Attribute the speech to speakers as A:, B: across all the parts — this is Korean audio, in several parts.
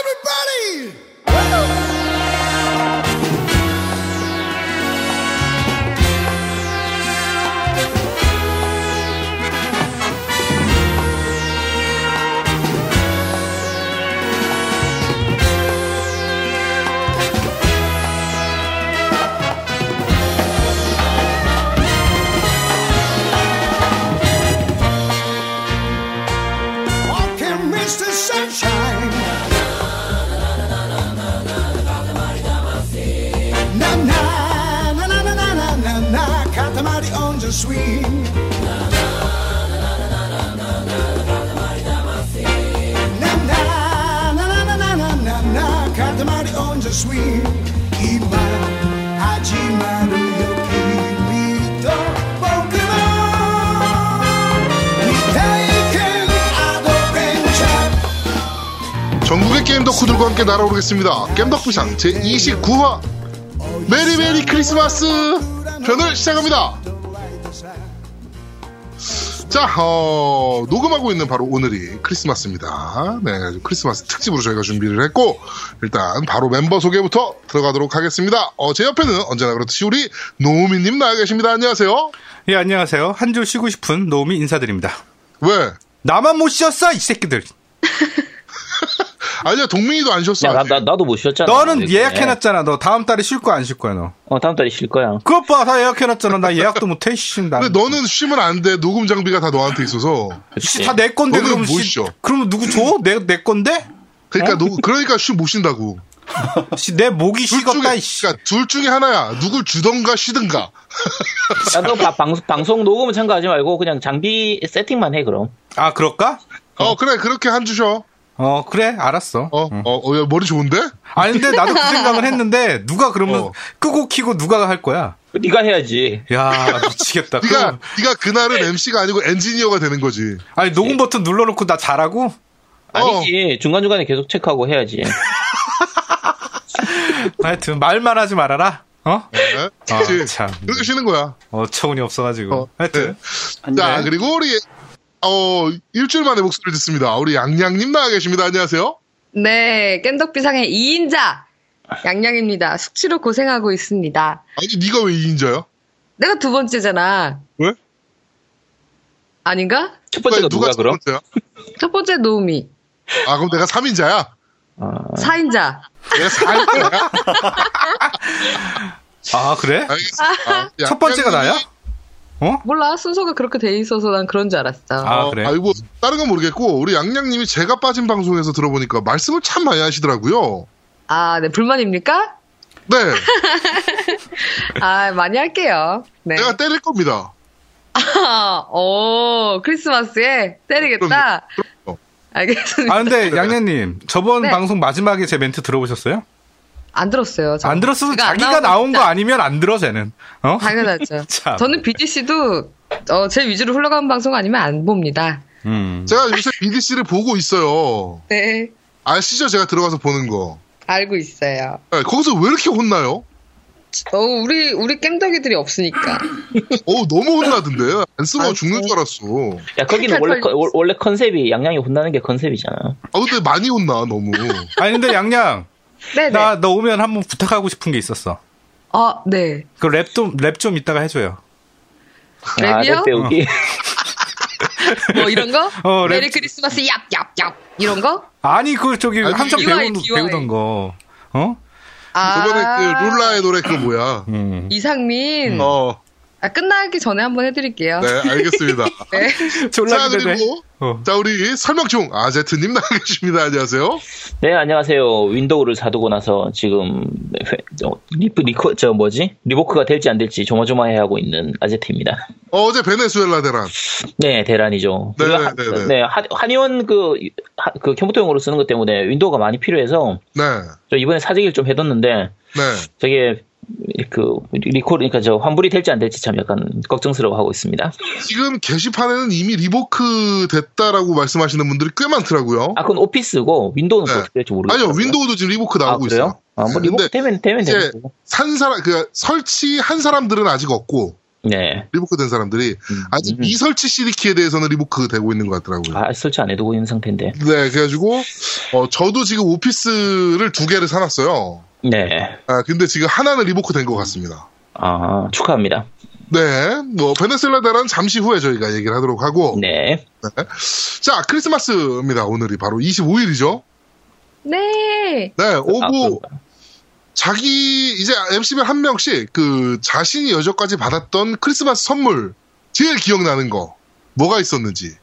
A: everybody! Walking Mr. Sunshine. Na na na na na na na na na Katamari on the swing. Na na na na na na na na na Katamari on the swing. Ima hajimaru yo kimi to Pokemon. We taking adventure.
B: 전국의 게임 덕후들과 함께 날아오르겠습니다. 게임 덕후상 제 29화 메리 메리 크리스마스 편을 시작합니다. 자, 어, 녹음하고 있는 바로 오늘이 크리스마스입니다. 네, 크리스마스 특집으로 저희가 준비를 했고, 일단 바로 멤버 소개부터 들어가도록 하겠습니다. 어, 제 옆에는 언제나 그렇듯이 우리 노우미님 나와 계십니다. 안녕하세요.
C: 예, 안녕하세요. 한 주 쉬고 싶은 노미 인사드립니다.
B: 왜?
C: 나만 못 쉬었어, 이 새끼들.
B: 아니야, 동민이도 안 쉬었어.
D: 야, 나,
B: 아직.
D: 나, 나도 못 쉬었잖아.
C: 너는
D: 이렇게.
C: 예약해놨잖아. 너 다음 달에 쉴 거야, 안 쉴 거야, 너.
D: 어, 다음 달에 쉴 거야.
C: 그것 봐, 다 예약해놨잖아. 나 예약도 못해, 씨. 나.
B: 근데 너는 쉬면 안 돼. 녹음 장비가 다 너한테 있어서.
D: 그치?
C: 다 내 건데,
B: 너는
C: 그럼
B: 뭐 못
C: 씨.
B: 쉬어.
C: 그럼 누구 줘? 내, 내 건데?
B: 그러니까
C: 네?
B: 누 그러니까 쉬 못 쉰다고.
C: 씨, 내 목이
B: 둘 중에
C: 식었다, 이 씨.
B: 그러니까 둘 중에 하나야. 누굴 주던가 쉬든가.
D: 야, 너 바- 방, 방송 녹음은 참가하지 말고 그냥 장비 세팅만 해, 그럼.
C: 아, 그럴까?
B: 어 그래 그렇게 한 주셔.
C: 어, 그래, 알았어.
B: 어어 야, 머리 좋은데?
C: 아니, 근데 나도 그 생각을 했는데, 누가 그러면
B: 어.
C: 끄고 키고 누가 할 거야?
D: 네가 해야지.
C: 야, 미치겠다.
B: 네가
C: 그럼,
B: 네가 그날은 MC가 아니고 엔지니어가 되는 거지.
C: 아니,
B: 예.
C: 녹음 버튼 눌러놓고 나 잘하고? 어.
D: 아니지. 중간중간에 계속 체크하고 해야지.
C: 하여튼, 말만 하지 말아라. 어?
B: 네?
C: 아,
B: 그치?
C: 참.
B: 그렇게 쉬는 거야.
C: 어처구니 없어가지고.
B: 어,
C: 하여튼.
B: 네. 자 그리고 우리 어 일주일 만에 목소리를 듣습니다. 우리 양양님 나와 계십니다. 안녕하세요.
E: 네, 깸덕비상의 2인자 양양입니다. 숙취로 고생하고 있습니다.
B: 아니 네가 왜 이인자야?
E: 내가 두 번째잖아.
B: 왜?
E: 아닌가?
D: 첫 번째가 누가,
B: 첫
D: 그럼?
B: 번째야?
E: 첫 번째 노우미.
B: 아 그럼 내가 3인자야.
E: 사 4인자.
B: 내가 4인자야.
C: 아, 그래?
B: 알겠어. 아,
C: 첫 번째가
B: 양양님이
C: 나야? 어?
E: 몰라, 순서가 그렇게 돼 있어서 난 그런 줄 알았어.
C: 아,
B: 어,
C: 그래?
B: 아니 뭐 다른 건 모르겠고 우리 양양님이 제가 빠진 방송에서 들어보니까 말씀을 참 많이 하시더라고요.
E: 아, 네, 불만입니까?
B: 네,
E: 아, 많이 할게요. 네.
B: 내가 때릴 겁니다.
E: 오, 크리스마스에 때리겠다.
B: 그럼요.
E: 알겠습니다.
C: 아, 근데 양양님, 저번
E: 네.
C: 방송 마지막에 제 멘트 들어보셨어요?
E: 안 들었어요. 저.
C: 안 들었으면
E: 제가 안
C: 자기가 나온
E: 나오면
C: 거 아니면 안 들어, 쟤는. 어?
E: 당연하죠.
C: 참.
E: 저는 BGC도 어, 제 위주로 흘러가는 방송 아니면 안 봅니다.
C: 음.
B: 제가 요새 BDC를 보고 있어요.
E: 네,
B: 아시죠? 제가 들어가서 보는 거.
E: 알고 있어요.
B: 네, 거기서 왜 이렇게 혼나요?
E: 어, 우리 우리 깸덕이들이 없으니까.
B: 어 너무 혼나던데. 안쓰러워
E: 아,
B: 죽는 줄 알았어.
D: 야, 거기는 원래,
E: 털털.
D: 컨- 원- 원래 컨셉이 양양이 혼나는 게 컨셉이잖아.
B: 아 근데 많이 혼나 너무.
C: 아니, 근데 양양,
E: 네, 네.
C: 나, 너 오면 한번 부탁하고 싶은 게 있었어.
E: 아, 네.
C: 그 랩 좀, 랩 좀 이따가 해줘요.
B: 네,
D: 아,
E: 랩이요?
D: 랩 배우기.
E: 뭐 이런 거?
C: 어, 랩-
E: 메리 크리스마스 얍얍얍 이런 거?
C: 아니, 그 저기
B: 아니,
C: 한참
E: DIY,
C: 배운,
E: DIY.
C: 배우던 거. 어?
E: 아,
B: 저번에 그 룰라의 노래 그거 뭐야?
C: 음.
E: 이상민.
B: 어,
E: 아, 끝나기 전에 한번
B: 네
E: 해드릴게요.
B: 알겠습니다.
E: 네.
C: 졸라
B: 자
C: 기대돼.
B: 그리고
C: 어.
B: 자 우리 설명충 아제트님 나와 계십니다. 안녕하세요. 어,
D: 네, 안녕하세요. 윈도우를 사두고 나서 지금, 회- 어, 리프, 리코, 저 뭐지? 리보크가 될지 안 될지 조마조마해 하고 있는 아제트입니다.
B: 어, 어제 베네수엘라 대란.
D: 네, 대란이죠.
B: 네,
D: 우리가 한-
B: 네, 네.
D: 네, 한- 한의원 그, 하- 그 컴퓨터용으로 쓰는 것 때문에 윈도우가 많이 필요해서
B: 네,
D: 저 이번에 사재기를 좀 해뒀는데
B: 네.
D: 저게 그 리콜 그러니까 저 환불이 될지 안 될지 참 약간 걱정스러워 하고 있습니다.
B: 지금 게시판에는 이미 리보크 됐다라고 말씀하시는 분들이 꽤 많더라고요.
D: 아 그건 오피스고 윈도우는
B: 네.
D: 어떻게 될지 모르겠어요.
B: 아니요, 윈도우도 지금 리보크
D: 아,
B: 나오고
D: 그래요?
B: 있어요.
D: 아, 뭐
B: 네,
D: 리모트
B: 근데
D: 되면 되면
B: 이제
D: 되는 거고.
B: 산 사람, 그 설치한 사람들은 아직 없고
D: 네.
B: 리보크 된 사람들이 아직
D: 음.
B: 미설치 시리키에 대해서는 리보크 되고 있는 것 같더라고요.
D: 아 설치 안 해두고 있는 상태인데.
B: 네, 그래가지고 어, 저도 지금 오피스를 두 개를 사놨어요.
D: 네.
B: 아, 근데 지금 하나는 리보크 된 것 같습니다.
D: 아, 축하합니다.
B: 네, 뭐, 베네수엘라 대란 잠시 후에 저희가 얘기를 하도록 하고.
D: 네.
B: 네. 자, 크리스마스입니다. 오늘이 바로 25일이죠.
E: 네.
B: 네,
D: 아,
B: 오후
D: 그런가요?
B: 자기 이제 MC별 한 명씩 그 자신이 여전까지 받았던 크리스마스 선물 제일 기억나는 거 뭐가 있었는지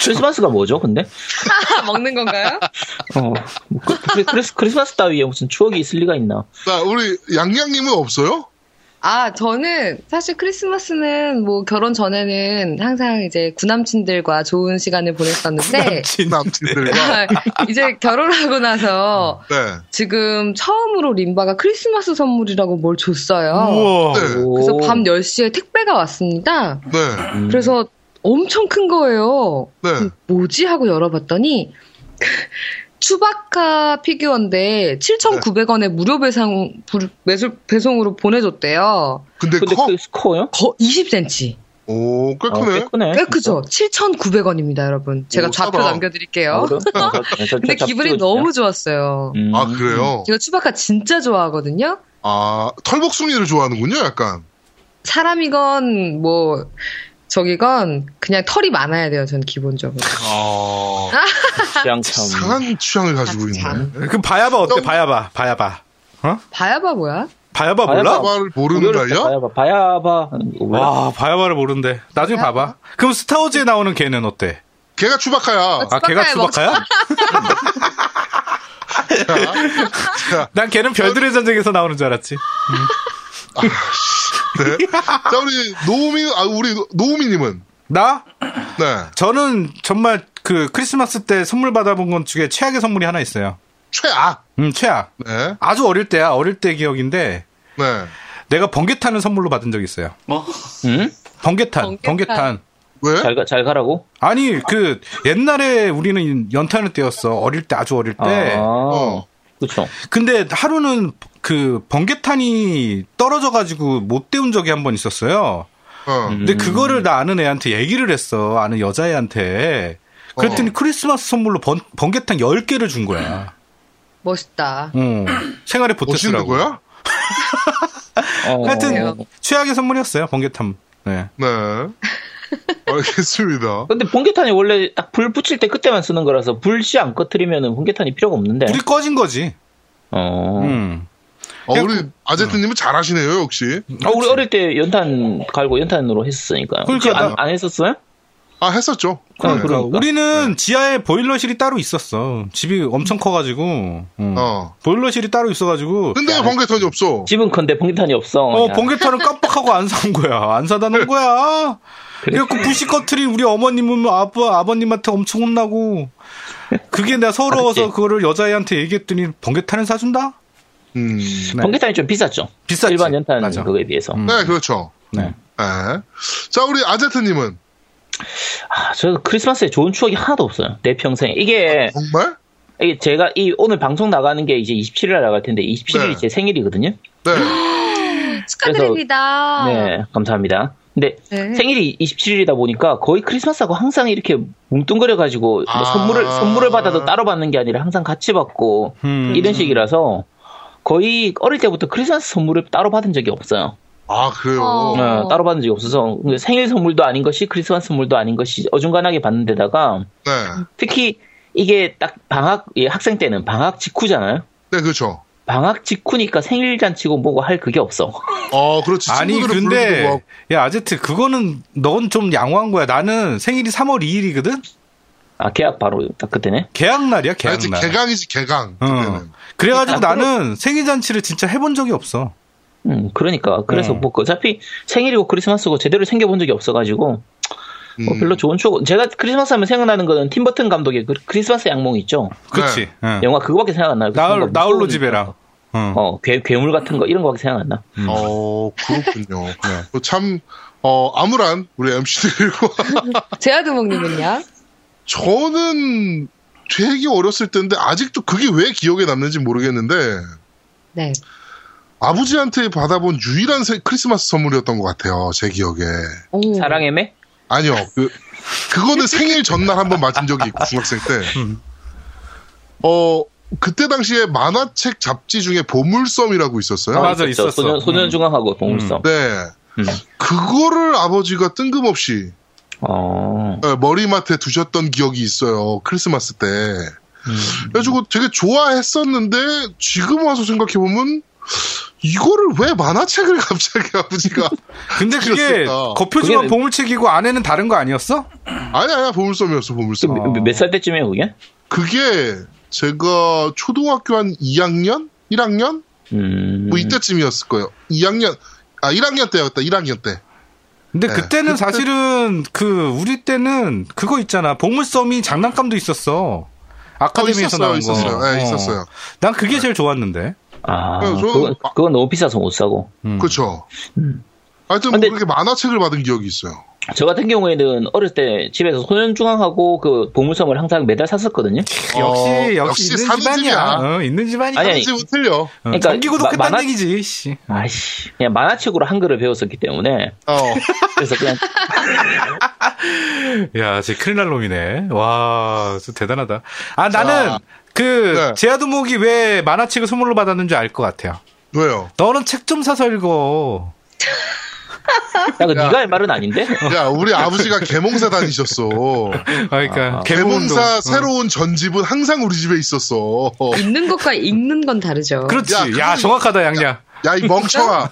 D: 크리스마스가 뭐죠, 근데?
E: 먹는 건가요?
D: 어. 뭐 그- 그- 크리스, 크리스마스 따위에 무슨 추억이 있을 리가 있나.
B: 자 우리 양양님은 없어요?
E: 아, 저는 사실 크리스마스는 뭐 결혼 전에는 항상 이제 구남친들과 좋은 시간을 보냈었는데
B: 네. 남친들과
E: 이제 결혼하고 나서
B: 네.
E: 지금 처음으로 림바가 크리스마스 선물이라고 뭘 줬어요.
C: 우와.
B: 네.
E: 그래서
D: 오.
E: 밤 10시에 택배가 왔습니다.
B: 네.
D: 음.
E: 그래서 엄청 큰 거예요.
B: 네.
E: 뭐지? 하고 열어봤더니 추바카 피규어인데 7,900원에
D: 네.
E: 무료 배송, 부- 매수- 배송으로 보내줬대요.
B: 근데
D: 근데
B: 커?
D: 그 스코어요?
E: 거 20cm.
B: 오, 꽤
D: 아,
B: 크네.
D: 꽤 크네.
E: 꽤 크죠? 7,900원입니다, 여러분. 제가
B: 오,
E: 좌표
B: 싸다.
D: 아,
E: 남겨드릴게요.
D: 그래요? 아, 저- 저- 저-
E: 근데
D: 저-
E: 기분이
D: 저-
E: 너무 좋았어요.
D: 음.
B: 아, 그래요?
E: 제가 추바카 진짜 좋아하거든요.
B: 아, 털복숭이를 좋아하는군요, 약간.
E: 사람이건 뭐 저기건 그냥 털이 많아야 돼요. 전 기본적으로.
B: 아,
D: 취향 참.
B: 상한 취향을 가지고 있네.
E: 참.
C: 그럼 바야바 어때? 바야바. 바야바. 어?
E: 바야바 뭐야?
C: 바야바 몰라?
D: 바야바.
B: 사과를 모르는
D: 우겨를
B: 날이요?
D: 바야바, 바야바. 이거 몰라.
C: 와, 바야바를 아, 모르는데. 나중에 봐봐. 그럼 스타워즈에 나오는 걔는 어때?
B: 걔가 추바카야. 네.
C: 아, 걔가
E: 추바카야, 뭐.
C: 추바카야?
B: 자,
C: 난 걔는 별들의 전쟁에서 나오는 줄 알았지.
B: 네. 자, 우리 노우미, 아, 우리 노우미님은.
C: 나?
B: 네.
C: 저는 정말 그 크리스마스 때 선물 받아본 것 중에 최악의 선물이 하나 있어요.
B: 최악.
C: 음, 최악.
B: 네.
C: 아주 어릴 때야. 어릴 때 기억인데
B: 네.
C: 내가 번개탄을 선물로 받은 적이 있어요.
D: 음?
C: 번개탄.
E: 번개탄.
C: 번개탄.
B: 왜?
D: 잘, 가, 잘 가라고?
C: 아니 그 옛날에 우리는 연탄을 떼었어 어릴 때 아주 네. 어릴 때
D: 아,
B: 어.
D: 그쵸.
C: 근데 하루는 그 번개탄이 떨어져 가지고 못 때운 적이 한 번 있었어요
B: 어.
D: 음.
C: 근데 그거를 나 아는 애한테 얘기를 했어 아는 여자애한테 그랬더니
B: 어.
C: 크리스마스 선물로 번, 번개탄 10개를 준 거야
E: 멋있다.
C: 어. 생활에
B: 멋있는
C: 보탰더라고
B: 거야?
D: 어.
C: 하여튼 최악의 선물이었어요 번개탄 네.
B: 네. 알겠습니다. 아,
D: 근데 번개탄이 원래 딱 불 붙일 때 그때만 쓰는 거라서 불씨 안 꺼트리면은 번개탄이 필요가 없는데.
C: 불이 꺼진 거지
D: 어.
C: 음.
B: 어, 우리 아제트님은 잘하시네요, 역시.
D: 아, 우리 어릴 때 연탄 갈고 연탄으로 했었으니까요.
C: 그러니까
D: 혹시 안,
C: 나-
D: 안 했었어요?
B: 아, 했었죠.
D: 그럼,
B: 네.
D: 그럼.
C: 그러니까 우리는 지하에 보일러실이 따로 있었어. 집이 엄청 커가지고 응.
B: 어.
C: 보일러실이 따로 있어가지고
B: 근데 왜 번개턴이 없어?
D: 집은 컨대 번개탄이 없어.
C: 어
D: 그냥.
C: 번개탄을 깜빡하고 안 산 거야. 안 사다 놓은 거야. 그래갖고 부시 커트린 우리 어머님은 아빠 아버님한테 엄청 혼나고 그게 내가 서러워서
D: 그치.
C: 그거를 여자애한테 얘기했더니 번개탄을 사준다?
B: 음.
C: 네.
D: 번개탄이 좀 비쌌죠.
C: 비쌌지.
D: 일반 연탄
C: 맞아.
D: 그거에 비해서.
C: 음.
B: 네, 그렇죠.
C: 네.
B: 네. 자, 우리 아제트님은
D: 아, 저 크리스마스에 좋은 추억이 하나도 없어요. 내 평생. 이게,
B: 정말?
D: 이게 제가 이 오늘 방송 나가는 게 이제 27일 날 나갈 텐데 27일이
B: 네.
D: 제 생일이거든요.
B: 네.
E: 축하드립니다.
D: 네, 감사합니다. 근데
E: 아. 네.
D: 생일이 27일이다 보니까 거의 크리스마스하고 항상 이렇게 뭉뚱거려가지고 뭐
B: 아.
D: 선물을, 선물을 받아도 따로 받는 게 아니라 항상 같이 받고
C: 음.
D: 이런 식이라서 거의 어릴 때부터 크리스마스 선물을 따로 받은 적이 없어요.
B: 아, 그래요.
E: 어.
D: 네, 따로 받은 적이 없어서 근데 생일 선물도 아닌 것이 크리스마스 선물도 아닌 것이 어중간하게 받는 데다가
B: 네.
D: 특히 이게 딱 방학, 예, 학생 때는 방학 직후잖아요.
B: 네, 그렇죠.
D: 방학 직후니까 생일 잔치고 뭐고 할 그게 없어.
B: 어, 그렇지.
C: 아니
B: 친구들은 부르기도
C: 근데
B: 하고.
C: 야 아제트 그거는 넌 좀 양호한 거야. 나는 생일이 3월 2일이거든.
D: 아, 계약 바로 딱 그때네.
C: 개학 날이야 개학
B: 아니,
C: 날.
B: 개강이지, 개강. 네,
C: 어.
B: 그때는.
C: 그래가지고 나는 생일 잔치를 진짜 해본 적이 없어.
D: 음, 그러니까. 그래서
C: 음.
D: 뭐 어차피 생일이고 크리스마스고 제대로 생겨본 적이 없어가지고 뭐
B: 음.
D: 별로 좋은 추억. 제가 크리스마스 하면 생각나는 거는 팀버튼 감독의 그 크리스마스 양몽 있죠.
C: 그렇지.
B: 네.
C: 응.
D: 영화 그거밖에 생각 안 나요. 그
C: 네. 나홀,
D: 뭔가
C: 나홀로
D: 무서운-
C: 집에랑. 응.
D: 어, 괴, 괴물 같은 거 이런 거밖에 생각 안 나.
C: 음.
B: 어, 그렇군요. 어, 참, 어, 암울한 우리 MC들과
E: 어, 제아드몽님은요?
B: 저는 되게 어렸을 때인데 아직도 그게 왜 기억에 남는지 모르겠는데
E: 네.
B: 아버지한테 받아본 유일한 세- 크리스마스 선물이었던 것 같아요. 제 기억에.
E: 오.
D: 사랑의 매?
C: 음.
B: 아니요. 그, 그거는 생일 전날 한번 맞은 적이 있고 중학생 때. 어, 그때 당시에 만화책 잡지 중에 보물섬이라고 있었어요.
C: 아, 맞아, 있었어. 음.
D: 소년, 소년 중앙하고 동물섬.
B: 네.
D: 음.
B: 그거를 아버지가 뜬금없이
D: 어.
B: 네, 머리맡에 두셨던 기억이 있어요. 크리스마스 때.
C: 음.
B: 그래가지고 되게 좋아했었는데 지금 와서 생각해보면 이거를 왜 만화책을 갑자기 아버지가
C: 근데 그게
B: 그랬을까.
C: 거표지만
D: 그게-
C: 보물책이고 안에는 다른 거 아니었어?
B: 아니 아니야 보물섬이었어 보물섬
D: 그 몇 살 때쯤이에요, 그게?
B: 그게 제가 초등학교 한 2학년? 1학년?
D: 음.
B: 뭐 이때쯤이었을 거예요. 2학년, 아, 1학년 때였다, 1학년 때.
C: 근데
B: 네.
C: 그때는 사실은 그 우리 때는 그거 있잖아 보물섬이 장난감도 있었어 아카데미에서
B: 어, 있었어요,
C: 나온 거
B: 있었어요. 네, 있었어요.
C: 난 그게 제일 좋았는데
D: 아,
B: 네, 저는-
D: 그건, 그건 너무 비싸서 못 사고.
C: 음.
B: 그렇죠. 하여튼 뭐
D: 근데-
B: 그렇게 만화책을 받은 기억이 있어요.
D: 저 같은 경우에는 어릴 때 집에서 소년중앙하고 그 보물섬을 항상 매달 샀었거든요.
C: 역시
B: 어,
C: 역시, 있는
B: 사는
C: 집안이야
B: 집이야.
C: 어, 있는 집안이야
D: 아니, 아니.
B: 집은 뭐 틀려.
C: 어,
D: 그러니까
C: 전기구도
D: 마-
C: 그딴
D: 만화-
C: 얘기지 씨.
D: 아이씨, 그냥 만화책으로 한글을 배웠었기 때문에
B: 어.
D: 그래서 그냥
C: 야, 쟤 큰일 날 놈이네. 와, 진짜 대단하다. 아, 나는 그
B: 네.
C: 제아두목이 왜 만화책을 선물로 받았는지 알 것 같아요.
B: 왜요?
C: 너는 책 좀 사서 읽어.
D: 야, 그 네가 할 말은 아닌데?
B: 야, 우리 아버지가 개몽사 다니셨어.
C: 아, 그러니까
D: 아.
C: 개몽운동.
B: 개몽사 새로운 전집은 항상 우리 집에 있었어.
E: 읽는 것과 읽는 건 다르죠.
C: 그렇지.
B: 야,
C: 야,
B: 그건-
C: 정확하다, 양양.
B: 야, 이 멍청아.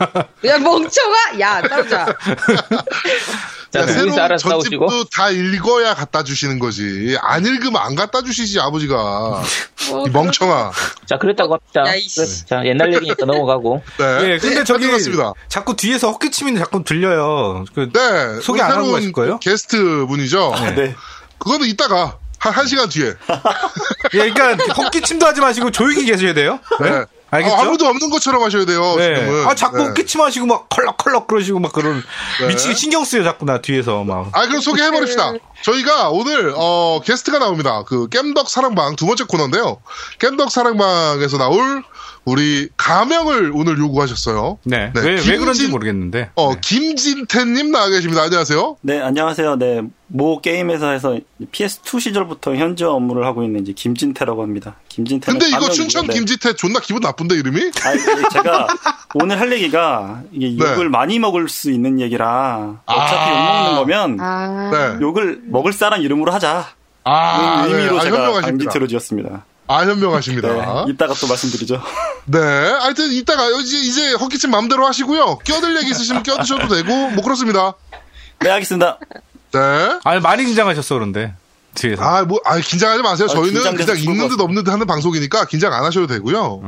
E: 야 멍청아, 야 싸우자.
D: 자,
B: 야,
D: 둘이서
B: 새로운
D: 알아서 싸우시고.
B: 전집도 다 읽어야 갖다 주시는 거지. 안 읽으면 안 갖다 주시지, 아버지가.
E: 뭐,
B: 이 멍청아.
D: 자, 그랬다고 합시다.
E: 야, 이씨.
D: 그래, 자, 옛날 얘기니까 넘어가고.
B: 네.
C: 예, 근데 저기
B: 그렇습니다.
C: 자꾸 뒤에서 헛기침이 자꾸 들려요. 그, 예.
B: 네.
C: 소개
B: 우리
C: 안 하고
B: 새로운
C: 가실 거예요? 아,
B: 게스트 분이죠.
F: 네.
B: 그거는 이따가 한, 한 시간 뒤에.
C: 예, 그러니까 헛기침도 하지 마시고 조용히 계셔야 돼요.
B: 네.
C: 알겠죠?
B: 아, 아무도 없는 것처럼 하셔야 돼요.
C: 네.
B: 지금은.
C: 아, 자꾸
B: 네.
C: 헛기침하시고 막 컬럭컬럭 그러시고 막 그런 미치게 신경 쓰여 자꾸 나 뒤에서 막.
B: 아, 그럼 소개해버립시다. 저희가 오늘, 어, 게스트가 나옵니다. 그, 겜덕 사랑방 두 번째 코너인데요. 겜덕 사랑방에서 나올 우리 가명을 오늘 요구하셨어요.
C: 네. 왜, 왜
B: 김진-
C: 그런지 네. 모르겠는데.
B: 어, 김진태님 나와 계십니다. 안녕하세요.
F: 네, 안녕하세요. 네, 모 게임 회사에서 PS2 시절부터 현재 업무를 하고 있는 이제 김진태라고 합니다. 네. 김진태.
B: 근데 이거 춘천 김진태 존나 기분 나쁜데, 이름이?
F: 아, 이게 제가 오늘 할 얘기가 이게
B: 네.
F: 욕을 많이 먹을 수 있는 얘기라
B: 아.
F: 어차피 욕 먹는 거면
E: 아,
B: 네.
F: 욕을 먹을 사람 이름으로 하자.
B: 아,
F: 이 의미로
B: 네. 아,
F: 제가
B: 현명하십니다.
F: 강진태로 지었습니다.
B: 아,
F: 네,
B: 현명하십니다.
F: 이따가 또 말씀드리죠.
B: 네. 하여튼 이따가 이제, 이제 헛기침 마음대로 하시고요. 껴들 얘기 있으시면 껴드셔도 되고, 뭐 그렇습니다.
F: 네, 알겠습니다.
B: 네.
C: 아니 많이 긴장하셨어 그런데 뒤에서
B: 아, 뭐, 아, 긴장하지 마세요.
F: 아,
B: 저희는
F: 긴장돼서
B: 그냥
F: 죽을
B: 있는
F: 것
B: 듯
F: 같아요.
B: 없는 듯 하는 방송이니까 긴장 안 하셔도 되고요.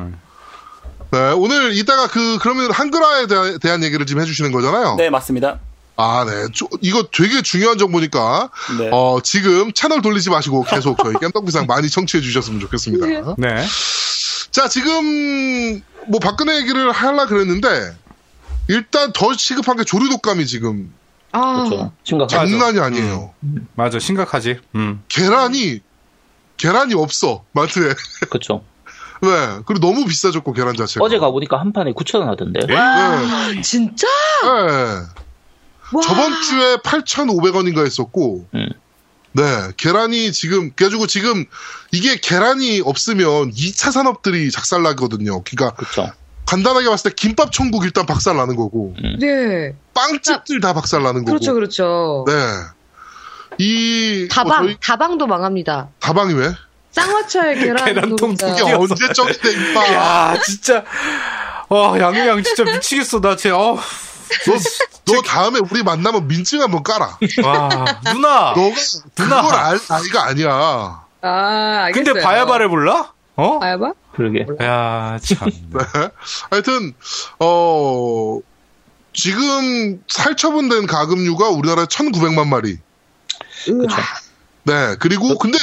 B: 네, 오늘 이따가 그, 그러면 한글화에 대- 대한 얘기를 지금 해주시는 거잖아요.
F: 네, 맞습니다.
B: 아, 네. 쪼- 이거 되게 중요한 정보니까,
F: 네.
B: 어, 지금 채널 돌리지 마시고 계속 저희 깸떡비상 많이 청취해 주셨으면 좋겠습니다.
C: 네
B: 자, 지금, 뭐, 박근혜 얘기를 하려 그랬는데, 일단 더 시급한 게 조류독감이 지금
E: 아,
D: 그렇죠. 심각하죠.
B: 장난이 아니에요.
C: 맞아 심각하지 음.
B: 계란이, 계란이 없어. 마트에.
D: 그렇죠.
B: 네. 그리고 너무 비싸졌고 계란 자체가.
D: 어제 가보니까 한 판에 9,000원 하던데.
C: 예?
B: 네.
E: 진짜?
B: 네.
E: 와.
B: 저번 주에 8,500원인가 했었고.
D: 음.
B: 네. 계란이 지금 그래가지고 지금 이게 계란이 없으면 2차 산업들이 작살나거든요. 그러니까
D: 그렇죠.
B: 간단하게 봤을 때 김밥 천국 일단 박살나는 거고
E: 네,
B: 빵집들 다 박살나는 거고.
E: 그렇죠, 그렇죠.
B: 네. 이
E: 다방,
B: 뭐 저희-
E: 다방도 망합니다.
B: 다방이 왜?
E: 쌍화철 계란
C: 계란통
E: 노른자.
C: 두 개.
B: 이게
C: 뛰어서.
B: 언제적인데 이빠.
C: 야 진짜 와 양양 진짜 미치겠어 나쟤어
B: 너 다음에 우리 만나면 민증 한번 깔아.
C: 와, 누나
B: 너가
C: 누나.
B: 그걸 알 나이가 아니야.
E: 아, 알겠어요.
C: 근데 바야바를 몰라 어?
E: 바야바?
D: 그러게.
C: 야참
B: 네. 하여튼 어 지금 살처분된 가금류가 우리나라에 1,900만 마리.
E: 으아.
B: 네.
D: 어,
B: 그리고 근데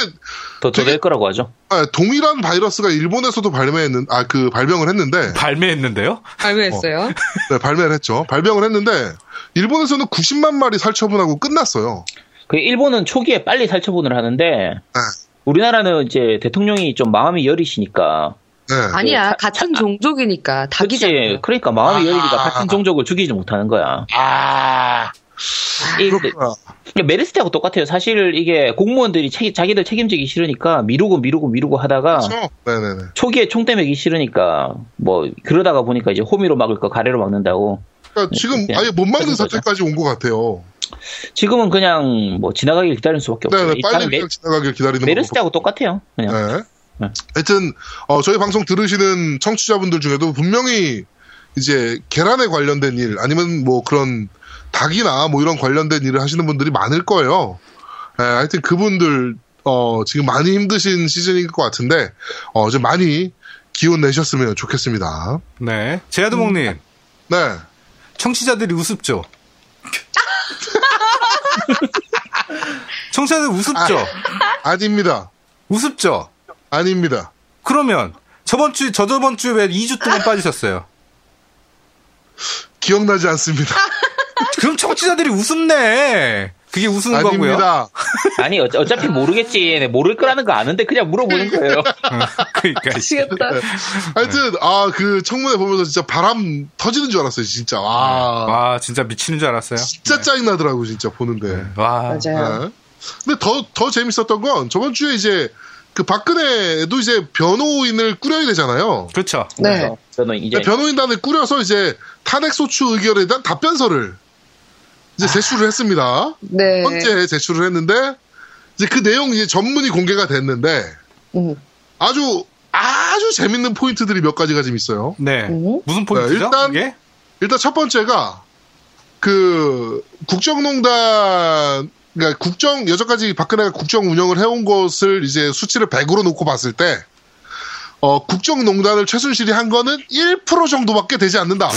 D: 더 더 될 거라고 하죠.
B: 아, 동일한 바이러스가 일본에서도 발매했는 아 그 발병을 했는데
C: 발매했는데요?
E: 발매했어요.
B: 네, 발매를 했죠. 발병을 했는데 일본에서는 90만 마리 살처분하고 끝났어요.
D: 그 일본은 초기에 빨리 살처분을 하는데
B: 네.
D: 우리나라는 이제 대통령이 좀 마음이 여리시니까.
B: 네.
E: 아니야, 같은 종족이니까
D: 그치.
E: 닭이잖아.
D: 그러니까 마음이
B: 아.
D: 여리니까 같은 종족을 죽이지 못하는 거야. 이,
B: 그렇구나.
D: 그러니까 메르스트하고 똑같아요. 사실 이게 공무원들이 책- 자기들 책임지기 싫으니까 미루고 미루고 미루고 하다가
B: 그렇죠? 네네네.
D: 초기에 총대 매기 싫으니까 뭐 그러다가 보니까 이제 호미로 막을 거 가래로 막는다고
B: 그러니까 지금
D: 네, 그냥
B: 아예 못 막는
D: 그런 거죠.
B: 사태까지 온 것 같아요.
D: 지금은 그냥 뭐 지나가길 기다릴 수밖에 없어요.
B: 네네. 빨리
D: 일단은 메,
B: 그냥 지나가길 기다리는
D: 르스트하고 똑같아요. 그냥
B: 네.
D: 네.
B: 하여튼 어, 저희 방송 들으시는 청취자분들 중에도 분명히 이제 계란에 관련된 일 아니면 뭐 그런 닭이나 뭐 이런 관련된 일을 하시는 분들이 많을 거예요. 예, 하여튼 그분들 어, 지금 많이 힘드신 시즌일 것 같은데 어, 좀 많이 기운 내셨으면 좋겠습니다.
C: 네. 제아드몽님,
B: 네.
C: 청취자들이 우습죠? 청취자들 우습죠?
B: 아. 아닙니다.
C: 우습죠?
B: 아닙니다.
C: 그러면 저번 주, 저저번 주에 왜 2주 동안 빠지셨어요?
B: 기억나지 않습니다.
C: 그럼 청취자들이 웃음네. 그게 웃은 거고요.
B: 아닙니다.
D: 아니 어, 어차피 모르겠지. 모를 거라는 거 아는데 그냥 물어보는 거예요.
C: 그러니까 씨.
E: 미치겠다.
B: 아, 하여튼 아 그 청문회 보면서 진짜 바람 터지는 줄 알았어요. 진짜 와.
C: 네. 와 아, 진짜 미치는 줄 알았어요.
B: 진짜
E: 네.
B: 짜증 나더라고 진짜 보는데.
C: 와
E: 맞아요.
B: 네. 근데 더 더 재밌었던 건 저번 주에 이제 그 박근혜도 이제 변호인을 꾸려야 되잖아요.
C: 그렇죠.
E: 네.
D: 저는 이제
B: 그러니까 변호인단을 꾸려서 이제 탄핵 소추 의결에 대한 답변서를 이제 제출을 했습니다.
E: 네.
B: 번째 제출을 했는데 이제 그 내용 이제 전문이 공개가 됐는데
E: 음.
B: 아주 아주 재밌는 포인트들이 몇 가지가 좀 있어요.
C: 네
E: 음.
C: 무슨 포인트죠?
B: 네, 일단-
C: 이게
B: 일단 첫 번째가 그 국정농단 그러니까 국정 여전까지 박근혜가 국정 운영을 해온 것을 이제 수치를 100으로 놓고 봤을 때 어, 국정농단을 최순실이 한 거는 1% 정도밖에 되지 않는다.